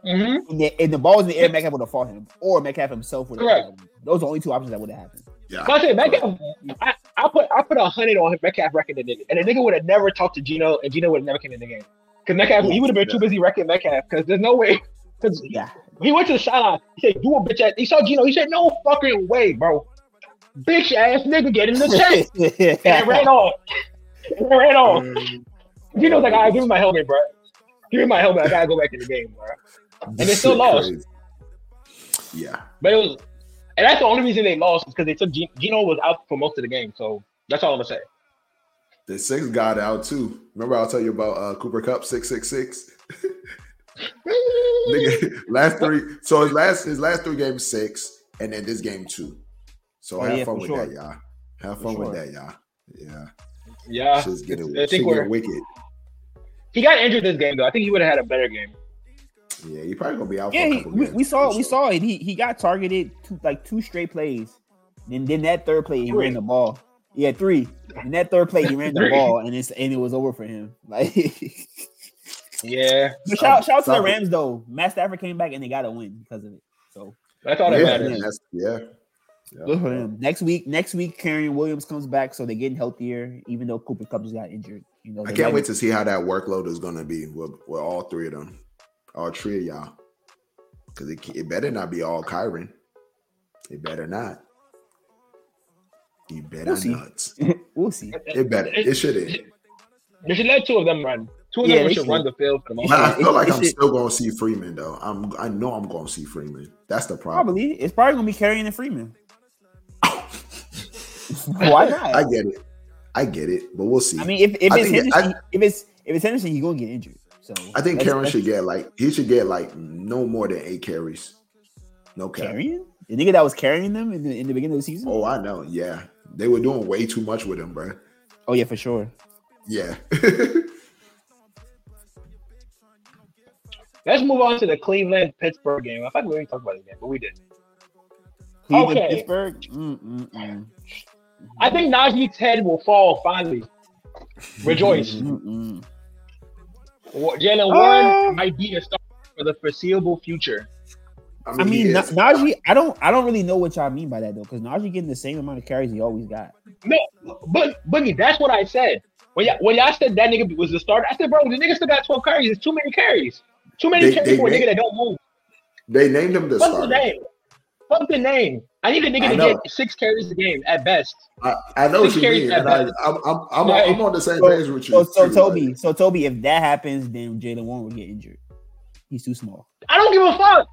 B: Mhm.
D: And the, and the ball was in the air, Metcalf would have fought him, or Metcalf himself would have.
B: Correct.
D: fought him. Those are the only two options that would have happened.
C: Yeah.
B: But I said Metcalf, I, I put I put a hundred on Metcalf wrecking the nigga, and the nigga would have never talked to Gino, and Gino would have never came in the game because Metcalf he would have been too busy wrecking Metcalf because there's no way because
D: Yeah,
B: he went to the sideline. He said, "You a bitch ass." He saw Gino. He said, "No fucking way, bro. Bitch ass nigga, get in the chase." and it ran off. And it ran off. Gino's like, "All right, give me my helmet, bro. Give me my helmet. I gotta go back in the game, bro."
D: Mm.
C: and
B: they still lost.
C: Yeah.
B: But it was, and that's the only reason they lost is because they took G- Gino was out for most of the game. So that's all I'm gonna say.
C: The six got out too. Remember, I'll tell you about uh, Cooper Cup six six six. Nigga, last three. So his last his last three games six, and then this game two. So
D: Oh,
C: have
D: yeah,
C: fun
D: for
C: with
D: sure.
C: that, y'all. Have
D: For
C: fun with
D: sure.
C: that, y'all. Yeah,
B: Yeah,
C: shit's getting,
B: Uh, I think
C: shit getting
B: we're
C: wicked.
B: he got injured this game though. I think he would have had a better game.
C: Yeah, you probably gonna be out.
D: yeah.
C: for a
D: He,
C: couple
D: we,
C: games,
D: we saw
C: for
D: we
C: sure.
D: saw it. He he got targeted two, like two straight plays. Then then that third play he
B: Three.
D: ran the ball. Yeah, three. And that third play he ran the
B: Three.
D: ball, and it's and it was over for him. Like.
B: Yeah,
D: But shout, shout out to the
C: Stop it.
D: Rams though. Matt Stafford came back and they got a win because of it. So
B: that's all that
C: Yeah,
B: matters.
C: and that's- yeah. Yeah.
D: good for them. Next week, next week, Karen Williams comes back, so they're getting healthier. Even though Cooper Cup just got injured, you know.
C: I
D: they
C: can't
D: might-
C: wait to see how that workload is gonna be with, with all three of them, all three of y'all. Because it, ca- it better not be all Kyron. It better not. You better
D: We'll see.
C: not.
D: we'll see.
C: It better. It shouldn't.
B: They should let two of them run. Two of
D: Yeah,
B: them
D: they
B: should
D: should.
B: run the field for the most
C: But I
B: part.
C: feel like
D: It
C: I'm
D: should-
C: still gonna see Freeman though. I'm. I know I'm gonna see Freeman. That's the problem.
D: Probably it's probably gonna be Carrying and Freeman. Why not?
C: I
D: I,
C: get it. I get it. But we'll see. I,
D: mean, if, if
C: I
D: it's
C: think
D: Henderson,
C: that-
D: if it's if it's Henderson, he's gonna get injured. So
C: think
D: that's-
C: Karen
D: that's-
C: should get like he should get like no more than eight carries. No cap.
D: carrying the nigga that was carrying them in the, in the beginning of the season. Oh,
C: Oh, I know. Yeah, they were doing way too much with him, bro.
D: Oh, yeah, for sure.
C: Yeah.
B: Let's move on to the Cleveland Pittsburgh game. I thought we already talked about this game, but we didn't.
D: Cleveland,
B: Okay.
D: Pittsburgh. Mm, mm, mm.
B: I think Najee's head will fall finally. Rejoice.
D: Mm, mm.
B: Wa- Jalen Warren
D: Uh.
B: might be a star for the foreseeable future.
C: I
D: I
C: he
D: mean, Na-
C: is.
D: Najee. I don't. I don't really know what y'all mean by that though, because Najee getting the same amount of carries he always got.
B: No, but Boogie, that's what I said. When y'all, when y'all said that nigga was the starter, I said, bro, the nigga still got 12 carries. It's too many carries. Too many
C: They-
B: carries
C: they
B: for a
C: made-
B: nigga that don't move.
C: they named him the
B: What's the
C: starter.
B: name? What's the name? I need a
C: I
B: nigga to
C: know.
B: get six carries a game at best.
C: I, I know
B: Six
C: what you
B: carries
C: mean,
B: at
C: and I,
B: best.
C: I'm, I'm, I'm,
B: Right.
C: I'm on the same
D: So-
C: page with you.
D: So, so
C: too,
D: Toby,
C: like,
D: so Toby, if that happens, then Jalen Warren will get injured. He's too small.
B: I don't give a fuck.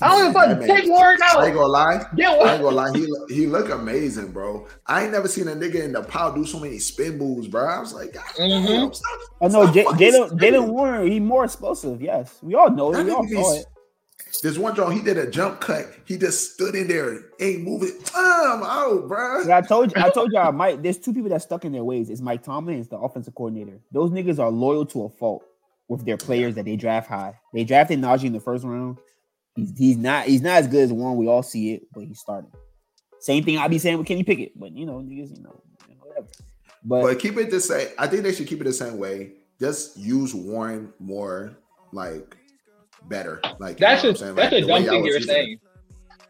B: I don't give
C: that
B: a fuck.
C: man-
B: Take Warren
C: I ain't
B: out.
C: gonna lie.
B: Get
C: I
B: Warren.
C: ain't gonna lie. He look- he look amazing, bro. I ain't never seen a nigga in the pile do so many spin moves, bro. I was like, God,
B: Mhm.
C: damn, stop.
D: Oh no,
C: Stop
D: J-
C: fucking
D: Jalen
C: saying
D: Jalen
C: it.
D: Warren. He's more explosive. Yes, we all know it.
C: That
D: We all
C: nigga
D: saw
C: be-
D: it.
C: This one John, he did a jump cut. He just stood in there, ain't moving. Time out, bro.
D: But I told you, I told y'all, Mike. There's two people that's stuck in their ways. It's Mike Tomlin. It's the offensive coordinator. Those niggas are loyal to a fault with their players that they draft high. They drafted Najee in the first round. He's, he's not he's not as good as Warren. We all see it, but he's starting. Same thing I be saying with Kenny Pickett, but you know, niggas, you know, whatever. But,
C: But keep it the same. I think they should keep it the same way. Just use Warren more, like better. Like you
B: That's
C: know
B: a
C: what I'm saying?
B: that's
C: Like,
B: a
C: the way
B: dumb
C: y'all
B: thing
C: was
B: you're
C: using
B: saying.
C: it.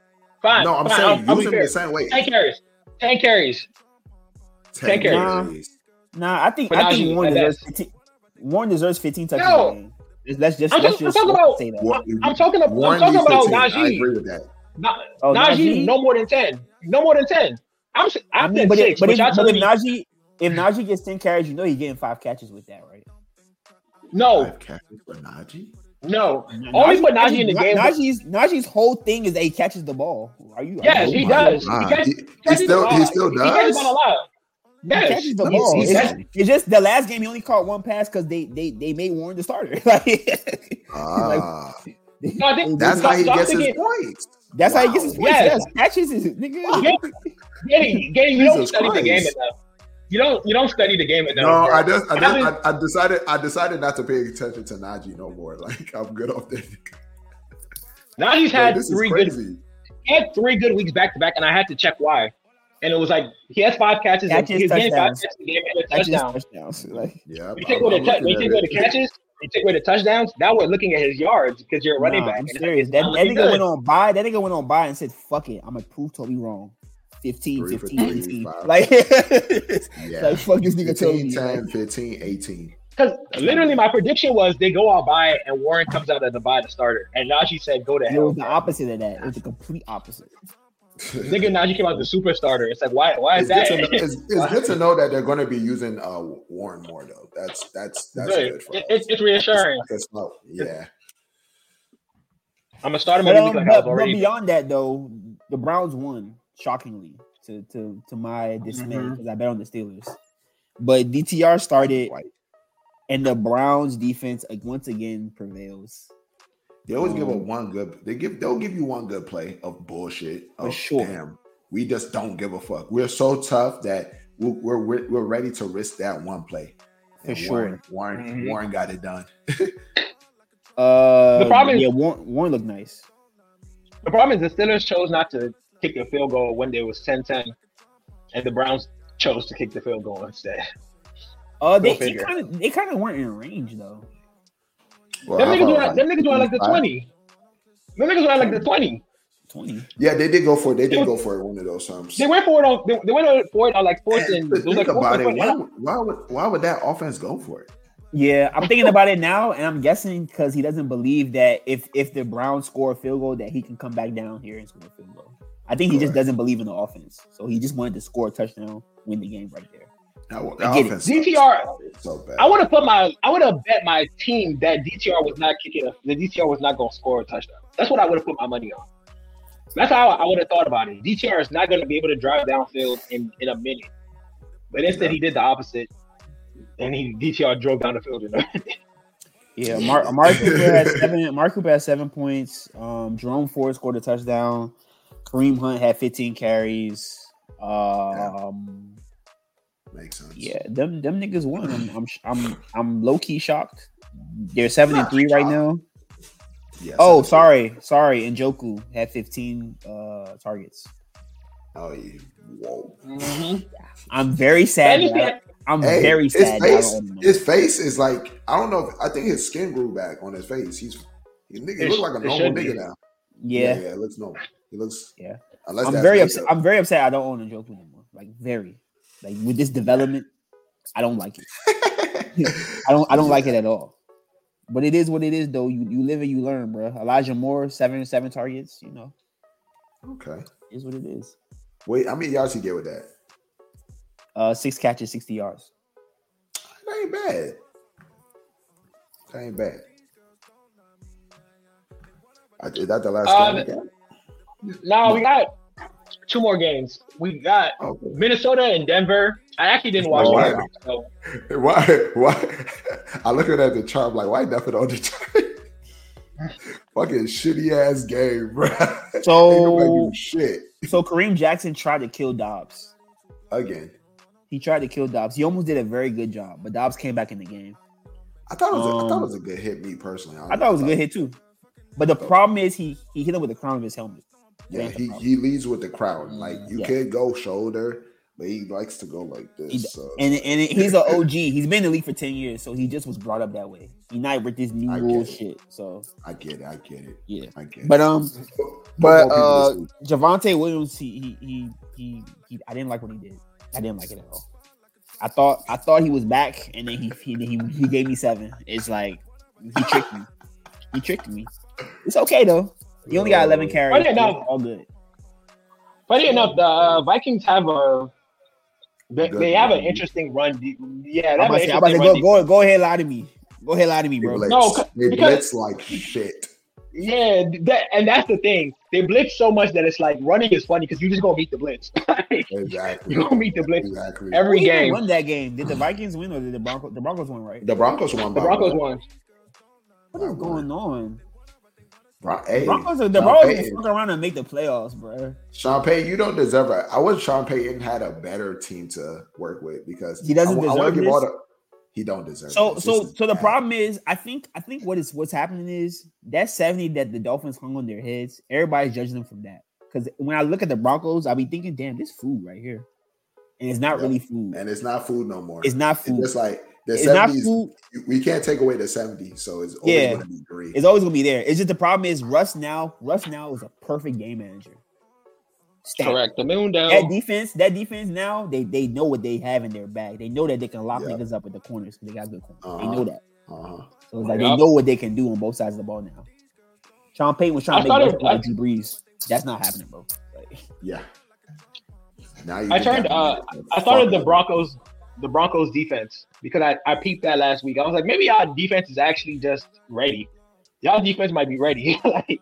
B: Fine.
C: No, I'm
B: fine,
C: saying
B: I'll, I'll
C: use
B: be
C: him the
B: fair.
C: same way.
B: Ten carries. Ten carries.
C: Ten
B: Take care.
C: carries.
D: Nah, I think
B: But Najee
D: I think
B: was
D: Warren
B: the
D: deserves,
B: best.
D: 15, Warren deserves 15 touches.
B: No.
D: a game. Let's- Let's just,
B: I'm
D: let's
B: talking-
D: just,
B: I'm talking
D: let's
B: about-
D: say that.
C: Wa-
B: I'm talking about
C: Warren
B: I'm
C: needs
B: talking about
C: 15. I
B: Najee.
C: agree with that.
B: Na-
D: Oh,
B: Najee,
D: Najee?
B: no more than ten. No more than ten. I'm s-
D: I
B: I'm
D: mean,
B: saying
D: but,
B: six,
D: if, but, if,
B: y'all
D: but
B: telling
D: if
B: me
D: Najee if Najee gets 10 carries, you know he's getting five catches with that, right?
B: no,
C: Five catches for Najee.
B: no. Only put Najee in the
D: Na-
B: game.
D: Najee's Najee's whole thing is that he catches the ball. Are you? are
B: Yes,
D: you-
B: he
C: Oh my
B: does. He
C: God.
B: catches-
C: He- he
B: catches the
C: still he
B: ball.
C: still
B: He catches
C: does.
B: the ball a lot.
D: He
B: Yes.
D: catches the
C: Let me
D: ball.
C: see
D: It's just,
C: something.
D: it's just the last game he only caught one pass because they they they made Warren the starter. Like,
C: Ah,
B: No, I think
C: that's
B: so-
C: how he
B: so I'm
C: gets his
B: thinking-
C: points.
D: that's how he gets his
C: Wow.
D: points.
B: Yes.
D: Yes, catches is nigga.
B: Getting, getting, you don't
C: Jesus
B: study the game
C: Christ.
B: enough. you don't you don't study the game enough.
C: No,
B: bro.
C: I just, I,
B: Having-
C: just I, I decided I decided not to pay attention to Najee no more. Like I'm good off that.
B: now he's
C: Like,
B: had
C: this
B: three
C: is
B: good
C: crazy.
B: he had three good weeks back to back, and I had to check why. And it was like he has five catches, and
D: Catches,
B: he's getting five
D: touchdowns.
B: catches a game and a
D: That's just
B: touchdown.
D: touchdowns. Like,
C: Yeah, I'm-
B: You take
C: I'm-
B: away
C: I'm
B: the tou-
C: looking
B: you
C: at
B: take away
C: it.
B: the catches, you take away the touchdowns. Now we're looking at his yards because you're a running
D: nah,
B: back.
D: I'm
B: and it's
D: serious.
B: not
D: That, that
B: looking
D: nigga
B: good.
D: went on by. That nigga went on by and said, "Fuck it, I'm gonna prove Toby wrong." 15,
C: Three for
D: 15,
C: three,
D: 18.
C: five.
D: Like,
C: Yeah.
D: like fuck this nigga Toby.
C: 15, 10,
D: Like,
C: 15, 18.
B: Because literally, my prediction was they go out by and Warren comes out as the by the starter, and Najee said, "Go to
D: it
B: hell."
D: was the opposite of that. It was the complete opposite.
B: Nigga, Najee came out the super starter. It's like, why? Why is
C: It's good, to know,
B: that?
C: it's, it's good to know that they're going to be using uh, Warren more though. That's that's that's
B: Right.
C: good for
B: It-
C: us.
B: it's, it's reassuring.
C: That's not- yeah,
B: I'm gonna start him
D: But,
B: every
D: um,
B: week like I
D: but,
B: was
D: but
B: already.
D: beyond that, though, the Browns won shockingly to to, to my dismay
B: Mhm.
D: because I bet on the Steelers. But DTR started,
C: Right.
D: and the Browns defense like, once again prevails.
C: they always give up
D: Um,
C: one good. They give they'll give you one good play of bullshit.
D: For
C: Of,
D: sure.
C: Damn, we just don't give a fuck. We're so tough that we're we're, we're, we're ready to risk that one play.
D: For
C: And
D: sure.
C: Warren Warren,
B: Mhm.
C: Warren got it done.
D: Uh,
B: The problem is-
D: Um, yeah, Warren, Warren looked nice.
B: The problem is the Steelers chose not to kick the field goal when they was 10-10, and the Browns chose to kick the field goal instead.
D: Uh, they
B: Go figure.
D: kind of they kind of weren't in range though.
C: Well,
B: them
C: how
B: niggas
C: about,
B: went. Them niggas went like the
C: 25?
B: twenty. Them niggas went like the twenty.
D: Twenty.
C: Yeah, they did go for it. They
B: They-
C: did go for it one of those times.
B: They went for it on. They, they went for it on like fourth and.
C: But
B: it was
C: think
B: like fourth
C: about
B: and
C: it. Why,
B: 20.
C: would- why would why would that offense go for it?
D: Yeah, I'm thinking about it now, and I'm guessing because he doesn't believe that if if the Browns score a field goal, that he can come back down here and score a field goal. I think he just
C: Correct.
D: doesn't believe in the offense, so he just wanted to score a touchdown, win the game right there.
C: That,
D: I
C: that
D: get it.
C: offense sucks.
B: DTR.
C: It's so bad.
B: I would have put my. I would have bet my team that DTR was not kicking. A, the DTR was not going to score a touchdown. That's what I would have put my money on. That's how I would have thought about it. DTR is not going to be able to drive downfield in in a minute. But instead, he did the opposite, and he DTR drove down the field. You know?
D: Yeah, Mar- Amari Cooper had seven. Amari Cooper had seven points. Um, Jerome Ford scored a touchdown. Kareem Hunt had 15 carries. Um,
C: Makes sense.
D: yeah, them them niggas won. I'm I'm sh- I'm, I'm low key shocked. They're seven and three right now.
C: Yes,
D: Oh,
C: I do.
D: sorry, sorry. Njoku had 15 uh targets.
C: Oh, yeah. Whoa.
D: I'm very sad. that I, am
C: Hey,
D: very
C: his
D: sad. that I
C: face,
D: don't know.
C: his face is like I don't know. If, I think his skin grew back on his face. He's he nigga, he
B: It
C: looks
B: sh-
C: like a
B: it
C: normal
B: should
C: nigga
B: be.
C: now.
D: yeah,
C: yeah, it looks normal. He looks
D: Yeah.
C: Unless
D: I'm
C: that's
D: very
C: makeup.
D: upset. I'm very upset. I don't own Njoku anymore. Like very, like with this development, I don't like it. I don't. I don't like it at all. But it is what it is, though. You you live and you learn, bro. Elijah Moore, seven seven targets. You know,
C: okay.
D: is what it is.
C: Wait, I mean, y'all should get with that.
D: Uh, six catches, sixty yards.
C: That ain't bad. That ain't bad. I, is that the last
B: Uh,
C: game? we got?
B: No, we got two more games. We got
C: Okay.
B: Minnesota and Denver. I actually didn't watch
C: Why?
B: the game. So.
C: Why? Why? I look at the chart. I'm like, why nothing on the chart? Fucking shitty ass game, bro.
D: So-
C: shit
D: So Kareem Jackson tried to kill Dobbs.
C: again.
D: He tried to kill Dobbs. He almost did a very good job, but Dobbs came back in the game.
C: I thought it was. a, I thought
D: Um,
C: it was a good hit. Me personally,
D: I thought it was a good hit too. But the problem is he he hit him with the crown of his helmet.
C: Yeah,
D: That's the
C: he,
D: problem.
C: he leads with the crowd. Like you
D: Mm, Yeah.
C: could go shoulder, but he likes to go like this.
D: He-
C: so.
D: And and he's an OG. He's been in the league for ten years, so he just was brought up that way. He not with this new
C: I get
D: rule
C: it.
D: shit. So
C: I get it. I get it.
D: yeah.
C: I get it.
D: But um,
C: Football
D: but
C: people
D: uh,
C: listen.
D: Javante Williams, he he, he he he I didn't like what he did. I didn't like it at all. I thought I thought he was back, and then he he he, he gave me seven. It's like he tricked me. He tricked me. It's okay though. He only got eleven
B: Oh,
D: carries.
B: yeah, no.
D: All good.
B: Funny enough, the uh, Vikings have a they,
C: Good
B: they have an
C: run.
B: interesting run. De- yeah, they have
D: I'm about
B: an
D: to say, I'm about to
B: interesting
D: go,
B: run. De-
D: go, go ahead, lie to me. Go ahead, lie to me,
C: They
D: bro.
C: blitz.
B: No, 'cause-
C: they
B: because-
C: blitz like shit.
B: yeah, that and that's the thing. They blitz so much that it's like running is funny because you just gonna beat the blitz.
C: Exactly.
B: you gonna beat the blitz
C: Exactly.
B: every
D: Who even
B: game.
D: won that game. Did the Vikings win or did the Broncos? The Broncos won, right?
C: the Broncos won.
B: The
C: by
B: Broncos
C: one.
B: won.
D: What is going on?
C: Bro, hey,
D: Broncos are the
C: Sean
D: Broncos
C: Payton.
D: can fuck around and make the playoffs, bro.
C: Sean Payton, you don't deserve it. I wish Sean Payton had a better team to work with because
D: He doesn't
C: I wa- I wanna
D: deserve
C: give all
D: this?
C: the- he don't deserve.
D: So
C: this.
D: so
C: This is
D: so the
C: bad.
D: problem is I think I think what is what's happening is that 70 that the Dolphins hung on their heads, everybody's judging them from that. Because when I look at the Broncos, I'll be thinking, damn, this food right here. And it's not
C: Yep.
D: really food.
C: and it's not food no more.
D: it's not
C: It's
D: food.
C: just like the
D: It's not
C: 70s.
D: food.
C: We can't take away the 70s, so it's always
D: Yeah.
C: going to be three.
D: It's always gonna be there. It's just the problem is Russ now, Russ now is a perfect game manager. Stat.
B: Correct. The moon down.
D: That defense, that defense now, they they know what they have in their bag. They know that they can lock
C: Yeah.
D: niggas up with the corners because they got good corners.
C: Uh-huh.
D: They know that.
C: Uh-huh.
D: So it's like
B: Yeah.
D: they know what they can do on both sides of the ball now. Sean Payton was
B: I
D: trying to
B: thought it
D: make
B: was-
D: it like Drew Brees. That's not happening, bro. Like,
C: Yeah. Now you
B: I
C: just
B: turned,
C: gotta
B: uh,
C: be like,
B: I thought of the
C: fuck.
B: Broncos, the Broncos defense because I, I peeped that last week. I was like, maybe y'all defense is actually just ready. Y'all defense might be ready. like,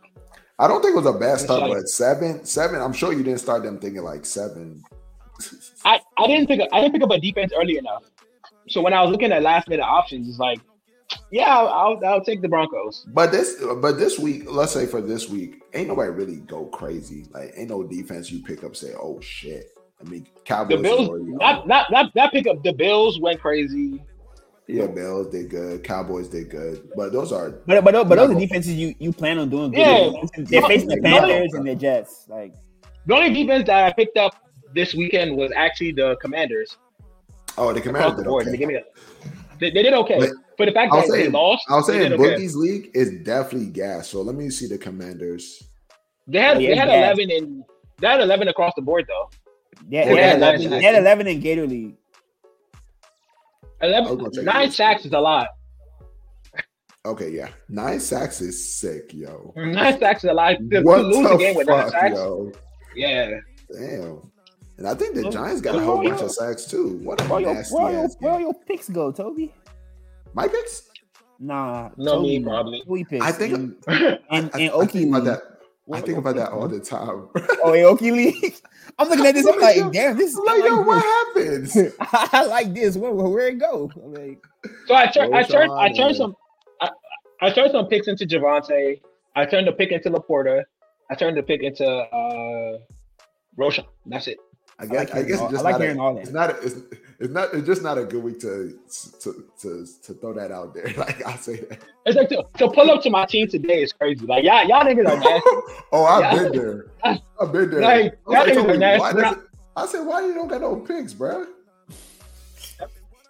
C: I don't think it was a bad
B: It's
C: start,
B: like-
C: but seven, seven. I'm sure you didn't start them thinking like seven.
B: I, I didn't pick up, I didn't pick up a defense early enough. So when I was looking at last minute options, it's like, yeah, I'll, I'll, I'll take the Broncos.
C: But this, but this week, let's say for this week, ain't nobody really go crazy. Like, ain't no defense you pick up say, oh shit. I mean, Cowboys.
B: The Bills,
C: were, you know,
B: not not not that pickup. The Bills went crazy.
C: yeah, Bills did good. Cowboys did good, but those are
D: but but but
C: Yeah,
D: those are
C: go.
D: defenses you you plan on doing good.
B: Yeah.
D: against. They're facing the
C: Yeah, yeah.
D: Panthers and the Jets. Like
B: The only defense that I picked up this weekend was actually the Commanders
C: oh the
B: across
C: Commanders.
B: the
C: did
B: board.
C: okay.
B: They, gave me a, they, they did okay,
C: But
B: but the fact
C: I'll
B: that
C: say-
B: they lost,
C: I was
B: they
C: saying
B: did okay.
C: Boogie's league is definitely gas. So let me see the Commanders.
B: They had
D: Yeah,
B: they had
D: yeah.
B: eleven and they had eleven across the board though.
D: yeah,
B: Well,
D: they had
B: yeah,
D: 11,
B: that's-
D: they had 11 in Gator League.
C: I'll
B: 11,
C: go check
B: nine
C: this.
B: sacks is a lot.
C: Okay, yeah, nine sacks is sick, yo.
B: Nine sacks is a lot. To, to
C: what
B: lose
C: the
B: the game with nine
C: fuck,
B: sacks,
C: yo?
B: yeah.
C: Damn. And I think the
B: Look-
C: Giants got a
B: look
C: whole
B: where
C: bunch
B: you-
C: of sacks too. What a
D: Where your,
C: nasty
D: where, your,
C: ass
D: where
C: game.
D: your picks go, Toby?
C: My picks?
D: Nah,
B: No, me
D: Toby,
B: probably.
D: Toby picks.
C: I think
B: yeah,
D: and,
C: I,
D: and
C: I think
D: Oki
C: about
D: League.
C: that. I think about that all the time.
D: Oh, and Oki League. I'm looking at this. I'm like, damn, this.
C: It's like, yo,
D: I
C: what
D: like
C: happens?
D: this. I like this. Where where it go? I'm like,
B: So I turned I
C: Roll
B: turned I
C: Tide,
B: turned
C: man.
B: some I, I turned some picks into Javante. I turned the pick into Laporta. I turned the pick into uh Roshan. That's it.
C: I
D: I like
C: guess I
D: hearing
C: guess
D: all-
C: it's
D: I
C: just
D: like
C: not
D: hearing
C: a,
D: all
C: it's
D: that.
C: not a, it's, it's not it's just not a good week to to to, to throw that out there. Like I say that.
B: It's like to, to pull up to my team today is crazy. Like y'all y'all niggas are nasty.
C: oh, I've
B: Yeah.
C: been there. I've been there.
B: Like,
C: I, was
B: that
C: like,
B: is a
C: Toby,
B: nasty
C: why
B: route.
C: does- I said, why you don't got no picks, bro?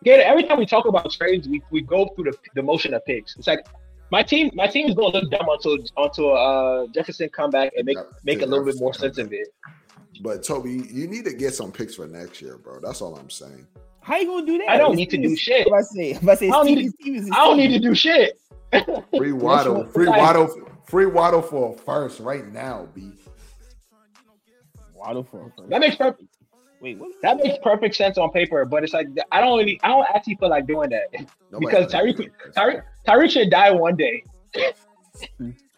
B: Gator, every time we talk about trades, we, we go through the, the motion of picks. It's like my team my team is gonna look dumb until until uh Jefferson come back and make
C: Yeah,
B: make a little bit more
C: Jefferson.
B: sense of it.
C: But Toby, you- you need to get some picks for next year, bro. That's all I'm saying.
D: how you gonna do that?
B: I don't need to do
D: It's-
B: shit.
D: If I say, if I say,
B: I don't need
D: Stevie, Stevie,
B: I don't need to do shit.
C: Free waddle,
D: one-
C: free
B: Like-
C: waddle, free waddle for a first right now, B.
D: Waddle for a first.
B: That makes perfect
D: Wait, what?
B: that makes perfect sense on paper, but it's like I don't really I don't actually feel like doing that.
C: Nobody
B: Because
C: got no
B: Tyreek-
C: picks.
B: Tyreek- Tyreek should die one day.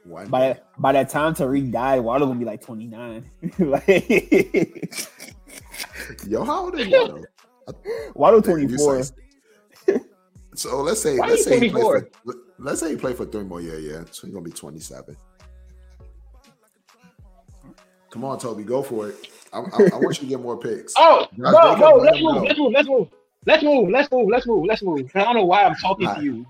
C: One
D: By
C: day.
D: that, by that time Tariq died, Waddle gonna be like 29. like,
C: Yo, how old is Waddle?
D: Waddle
C: Damn, you
D: 24.
C: say- So let's say
B: Why
C: let's
B: you
C: say he plays
B: 24?
C: for, let's say he played for three more years. Yeah, so he's gonna be twenty seven. Come on, Toby, go for it. I, I, I want you to get more picks.
B: Oh
C: Nah,
B: no,
C: Jacob,
B: no,
C: let
B: let's
C: him
B: move,
C: go.
B: let's move, let's move. Let's move, let's move, let's move, let's move. I don't know why I'm talking
C: Nah.
B: to you.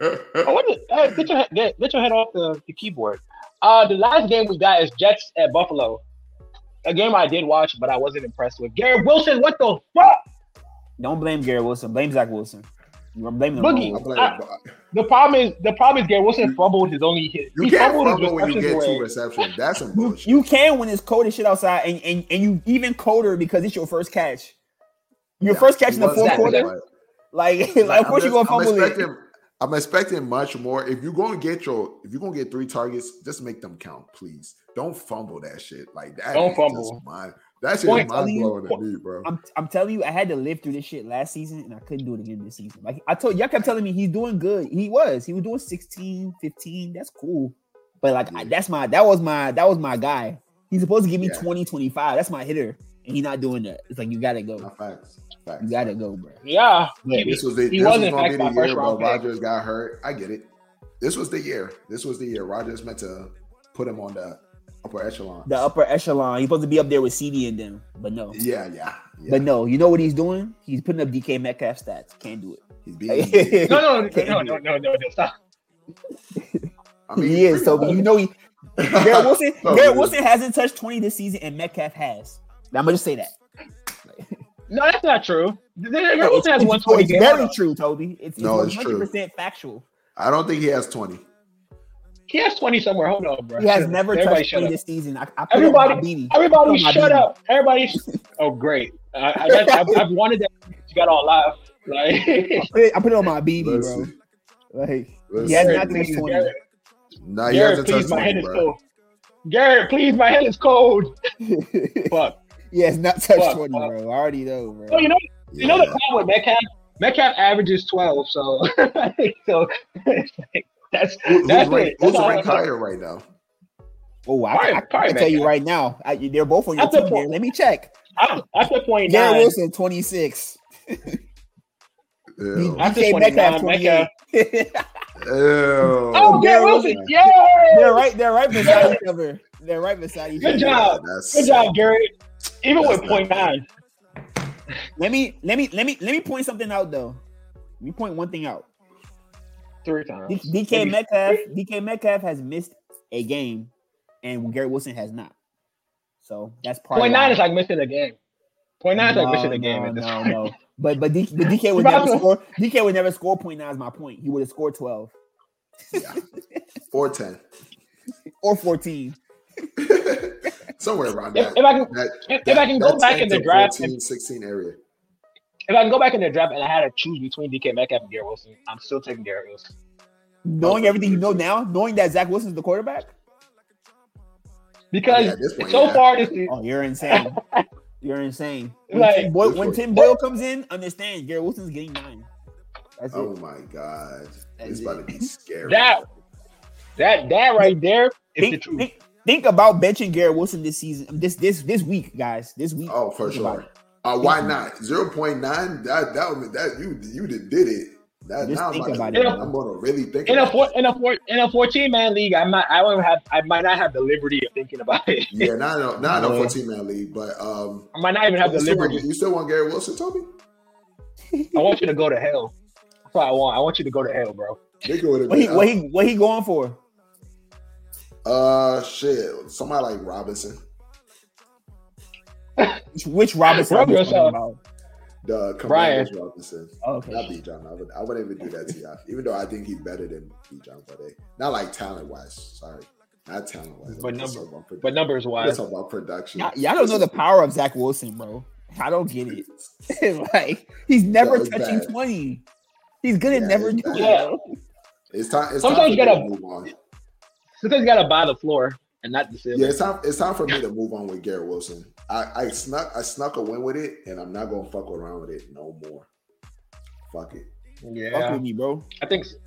B: Oh, what is, uh, get your he- get, get your head off the, the keyboard. Uh, the last game we got is Jets at Buffalo. A game I did watch, but I wasn't impressed with. Garrett Wilson, what the fuck?
D: Don't blame Garrett Wilson. Blame Zach Wilson. You're blaming the
B: Boogie.
C: I
D: wrong one.
C: play-
B: Ah. The problem is the problem is Garrett Wilson fumbled his only hit.
C: you
B: he
C: can't
B: fumbled his
C: fumble when you get
B: receptions
C: two
B: away.
C: receptions. That's some
D: You,
C: bullshit.
D: you can when it's cold as shit outside, and, and, and you even colder because it's your first catch. Your
C: Yeah,
D: first catch in the
C: it was
D: fourth
C: that,
D: quarter,
C: but-
D: like, like of
C: I'm
D: course you're gonna
C: just-
D: fumble
C: I'm
D: it.
C: expecting, I'm expecting much more. If you're gonna get your, if you're gonna get three targets, just make them count, please. Don't fumble that shit like that.
B: Don't
C: is just
B: fumble.
C: Mind. That shit
B: Point
C: is mind
D: to you.
C: blowing to
B: Point-
C: me, bro.
D: I'm, I'm telling you, I had to live through this shit last season, and I couldn't do it again this season. Like I told y'all, kept telling me he's doing good. He was. He was doing 16, 15. That's cool. But like I,
C: Yeah.
D: that's my that was my that was my guy. He's supposed to give me
C: Yeah.
D: twenty twenty five. 20, 25. That's my hitter, and he's not doing that. It's like you gotta go.
C: No, facts, facts.
D: You gotta go, bro.
B: Yeah,
D: Yeah,
B: he-
C: This was it.
B: He
C: This
B: was,
C: was
B: in
C: gonna
B: fact,
C: be
B: my
C: the
B: first
C: year, bro.
B: round pick.
C: Rogers got hurt. I get it. This was the year. This was the year. Rogers meant to put him on the upper echelon.
D: The upper echelon. He's supposed to be up there with CD and them, but no.
C: yeah, yeah, yeah.
D: But no, you know what he's doing? He's putting up DK Metcalf stats. Can't do
C: He's being.
D: it.
B: No, no, no, no, no, no, no, no, stop.
C: I mean,
D: he is. So you know he. Garrett Wilson.
C: So
D: Garrett
C: good.
D: Wilson hasn't touched twenty this season, and Metcalf has. I'm gonna just say that.
B: No, that's not true. Garrett Wilson has
D: It's-
B: one twenty
D: it's
B: game.
D: very true, Toby. It's,
C: No,
D: it's
C: it's true.
D: 100% factual.
C: I don't think he has twenty.
B: He has twenty somewhere. Hold on, bro.
D: He has never
B: Everybody
D: touched
B: shut
D: 20
B: up.
D: this season. I, I put up
B: Everybody-
D: my beanie.
B: Everybody,
D: Oh, my
B: shut
D: dude.
B: up. Everybody. sh- oh, great. I, I, that's, I've, I've wanted that. since You got all live. Like,
D: I put, it, I put it on my beanie, bro.
C: Listen,
D: Like
C: listen.
D: he has
B: Garrett,
D: not touched
B: please,
D: twenty.
B: Garrett.
C: Nah, he
B: Garrett,
C: hasn't
B: please,
C: touched
B: my head
C: twenty,
B: is
C: bro.
B: cold. Garrett, please, my head is cold. Fuck.
D: he has not touched
B: Fuck,
D: twenty,
B: fuck.
D: bro. I already know,
B: Well,
D: bro.
B: you know, you know the
C: Yeah.
B: problem with Metcalf. Metcalf averages twelve, so so it's like, that's
C: Who- who's
B: that's
C: ranked,
B: it. That's
C: who's
B: all I
C: ranked
B: know.
C: higher right now?
D: Oh, I,
B: Probably-
D: I, I,
B: probably
D: can tell you
B: Metcalf.
D: right now, I, they're both on your
B: At the
D: team.
B: point-
D: Here. Let me check.
B: I'm- That's the point
D: Garrett
B: nine.
D: Wilson, twenty six.
C: Ew.
B: After
D: DK
B: 29,
D: Metcalf, twenty
B: Metcalf.
D: eight.
C: Ew.
B: Oh, Garrett
D: Garrett
B: Wilson!
C: Wilson.
B: Yeah,
D: They're right. They're right beside each other. They're right beside each
B: Good
D: other.
B: job.
C: That's
B: Good
C: sad.
B: job, Garrett. Even with
C: That's not
B: point nine,
D: Let me let me let me let me point something out though. Let me point one thing out.
B: three
D: D-
B: times.
D: DK Metcalf, DK Metcalf has missed a game, and Garrett Wilson has not. So that's part.
B: Point nine is like missing a game. Point nine is like missing a game
D: No,
B: at this
D: no,
B: point.
D: no. But but, D, but DK would
B: You're
D: never
B: not-
D: score. DK would never score point nine. Is my point. He would have scored twelve
C: Yeah. Four ten.
D: or fourteen.
C: Somewhere around
B: If,
C: that.
B: if I can,
C: that
B: if, if I can go back in the draft, and,
C: 14, 16 area.
B: if I can go back in the draft, and I had to choose between DK Metcalf and Garrett Wilson, I'm still taking Garrett Wilson.
D: Knowing everything you know now, knowing that Zach Wilson's the quarterback.
B: Because
C: Yeah, at this point,
B: so
C: yeah.
B: far this season,
D: Oh, you're insane. You're insane. When,
B: Like-
D: Tim Boyle,
C: Good
D: when
C: for you.
D: Tim Boyle comes in, understand Garrett Wilson's getting nine. That's
C: Oh
D: it.
C: my god.
D: That's
C: it's
D: it.
C: about to be scary.
B: that that that right there is the
D: Think,
B: truth.
D: think, think about benching Garrett Wilson this season. um, This this this week, guys. This week.
C: oh, for
D: Think about
C: sure. Uh, why not? 0.9? That that would that you you did, did it. That,
D: Just
C: now I'm,
D: think
C: about
D: about
C: to,
B: it.
C: I'm gonna really think
B: In a
C: about
B: four,
C: it.
B: in a four, in a fourteen man league, I might I don't have I might not have the liberty of thinking about it.
C: Yeah, not in a, not in a
D: Yeah.
C: 14 man league, but um
B: I might not even have the
C: you still, want,
B: liberty.
C: you still want Gary Wilson, Toby?
B: I want you to go to hell. That's what I want. I want you to go to hell, bro.
C: Nigga would have
D: What he
C: been
D: what
C: up.
D: he what he going for?
C: Uh, shit. Somebody like Robinson,
D: Which, which Robinson? are we
B: Robinson.
D: talking about?
C: the
B: Brian.
C: Brian Robinson.
D: Oh,
C: Not
D: okay.
C: B. John. I would. I wouldn't even do that to y'all. Even though I think he's better than B. John, but eh, not like talent wise. Sorry, not talent wise.
B: But number- But numbers
C: Let's
B: wise,
C: talk about production.
D: Y'all, y'all don't know the power of Zach Wilson, bro. I don't get it. like he's never
C: No, it's
D: touching
C: bad.
D: twenty. He's gonna
C: Yeah,
D: never
C: it's
D: do it.
B: bad.
D: bro.
C: It's time. It's
B: Sometimes
C: time
B: you
C: for
B: gotta-
C: me to move on.
B: sometimes you gotta buy the floor and not the ceiling.
C: Yeah, it's time. It's time for me to move on with Garrett Wilson. I, I snuck. I snuck a win with it, and I'm not gonna fuck around with it no more. Fuck it.
D: Fuck
B: Yeah,
D: with me, bro.
B: I think. So.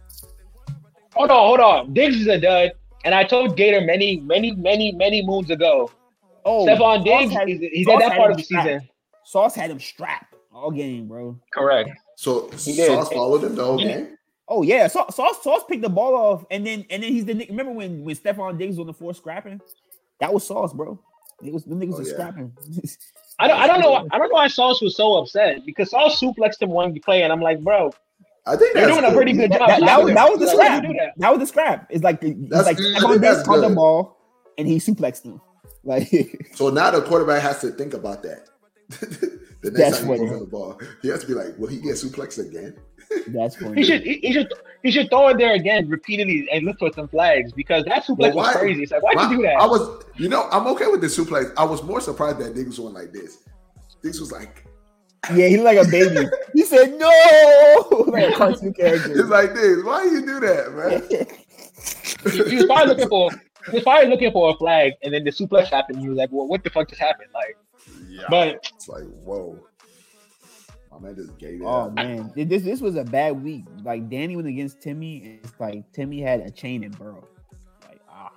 B: Hold on, hold on. Diggs is a dud, and I told Gator many, many, many, many moons ago.
D: Oh,
B: Stephon
D: Sauce
B: Diggs,
D: had-
B: is he's
D: Sauce
B: at that
D: had
B: part
D: him
B: of the
D: strapped.
B: season.
D: Sauce had him strapped all game, bro.
B: Correct.
C: So
B: He did.
C: Sauce followed him the whole game.
D: Oh yeah, Sauce, Sauce, Sauce picked the ball off, and then and then he's the nick- remember when when Stephon Diggs was on the floor scrapping, that was Sauce, bro. It was them niggas
C: Oh,
D: was
C: yeah.
D: scrapping.
B: I don't, I don't know. I don't know why Sauce was so upset because Sauce suplexed him one play, and I'm like, bro,
C: I think
B: you're
C: that's
B: doing a pretty good job.
D: that, that was, that was the
B: Why would
D: scrap.
B: you do that?
D: That was the scrap. It's like it's
C: That's-
D: like
C: I
D: Stephon
C: think that's
D: Diggs caught the
C: good.
D: ball and he suplexed him. Like
C: So now the quarterback has to think about that. the next
D: That's
C: time
D: what-
C: he throws the ball, he has to be like, "Will he get suplexed again?"
D: that's
B: He
D: funny.
B: should he, he should he should throw it there again repeatedly and look for some flags because that suplex
C: But why-
B: was crazy. It's like why'd
C: Wow,
B: you do that?
C: I was, you know, I'm okay with the suplex. I was more surprised that Diggs was going like this. Diggs was like,
D: Yeah, he looked like a baby. he said no, like a cartoon
C: "It's
D: character.
C: like this. Why you do that, man?"
B: he, he was probably looking for he was probably looking for a flag, and then the suplex happened. And he was like, well, what the fuck just happened? Like,
C: yeah,
B: but
C: it's like, whoa, my man just gave it.
D: oh
C: up.
D: man, this this was a bad week. Like Danny went against Timmy, and it's like Timmy had a chain and burrow. Like ah.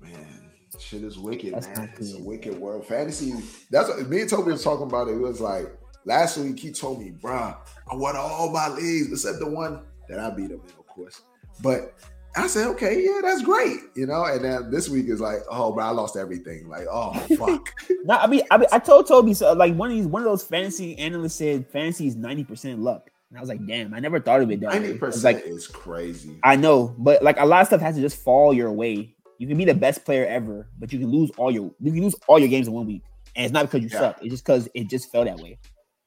C: Man, shit is wicked,
D: That's
C: man.
D: not
C: It's a
D: good.
C: wicked world. Fantasy. That's what me and Toby was talking about. It It was like last week he told me, bruh, I won all my leagues except the one that I beat him in, of course. But I said, okay, yeah, that's great, you know. And then this week is like, oh, but I lost everything. Like, oh fuck.
D: No, I mean, I mean, I told Toby so like one of these one of those fantasy analysts said fantasy is ninety percent luck, and I was like, damn, I never thought of it that.
C: Ninety
D: way. It's
C: percent
D: Like
C: is crazy.
D: I know, but like a lot of stuff has to just fall your way. You can be the best player ever, but you can lose all your you can lose all your games in one week, and it's not because you
C: Yeah.
D: suck. It's just because it just fell that way.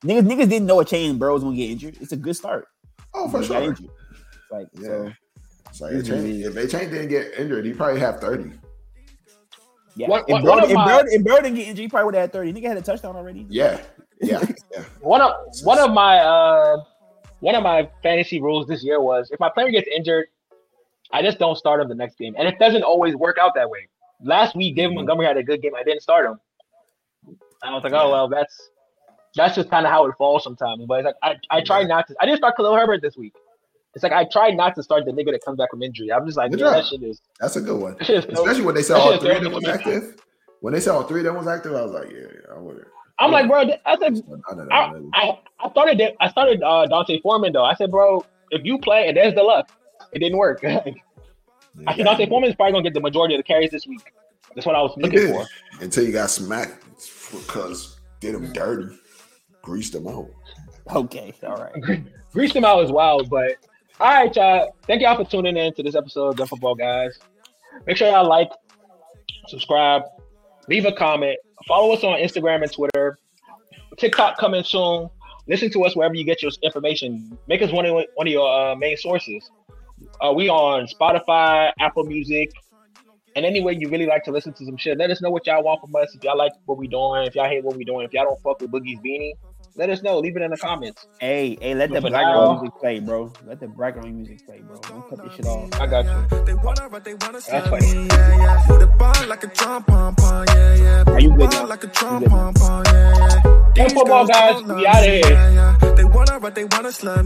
D: Niggas, niggas didn't know a chain Burrow was gonna get injured. It's a good start.
C: oh, for
D: He got
C: sure.
D: injured. It's Like
C: Yeah.
D: so,
C: It's like, if Chain-
D: Mm-hmm.
C: if they chain didn't get injured, he probably have thirty.
D: yeah.
B: What- what-
D: if, Burrow,
B: one of
D: if,
B: my-
D: Burrow, if Burrow didn't get injured, he probably would have had thirty. Nigga had a touchdown already.
C: Yeah, yeah, yeah.
B: One of one of my uh, one of my fantasy rules this year was if my player gets injured, I just don't start him the next game, and it doesn't always work out that way. Last week,
C: Mm-hmm.
B: David Montgomery had a good game. I didn't start him. I was like, oh well, that's that's just kind of how it falls sometimes. But it's like I, I try not to. I didn't start Khalil Herbert this week. It's like I try not to start the nigga that comes back from injury. I'm just like,
C: Good
B: man, that
C: job.
B: shit is
C: That's a good one.
B: that shit is
C: Especially when they said
B: that
C: all
B: shit
C: three of
B: throws
C: them was
B: me.
C: active. When they said all three of them was active, I was like, yeah, yeah I would.
B: I'm like, bro, I said, I, I, I started that- I started uh, Dante Foreman though. I said, bro, if you play and there's the luck, it didn't work. I said Dante Foreman is probably gonna get the majority of the carries this week. That's what I was looking
C: did.
B: for.
C: until you got smacked because did them dirty, greased them out.
D: Okay, all right.
B: Reached them out as wild, but all right, y'all. Thank y'all for tuning in to this episode of Gun Football Guys. Make sure y'all like, subscribe, leave a comment, follow us on Instagram and Twitter, TikTok coming soon. Listen to us wherever you get your information. Make us one of one of your uh, main sources. Uh, we on Spotify, Apple Music, and anywhere you really like to listen to some shit. Let us know what y'all want from us. If y'all like what we doing, if y'all hate what we doing, if y'all don't fuck with Boogie's Beanie, let us know. Leave it in the comments.
D: Hey, hey, let the
B: But for
D: background
B: now-
D: music play, bro. Let the background music play, bro. Don't cut this shit off.
B: I got you.
A: They wanna run, they wanna
B: That's
A: slam
B: funny.
A: me, yeah, yeah. Put the ball like a drum pom pom, yeah, yeah. Put
D: Are you
A: the
D: good
A: ball
D: now?
A: Like a
D: You
A: drum
D: good now?
A: pom pom, yeah, yeah. These
B: football
A: girls
B: guys,
A: don't
B: we
A: love
B: outta
A: me,
B: here.
A: yeah, yeah. They wanna run, they wanna slam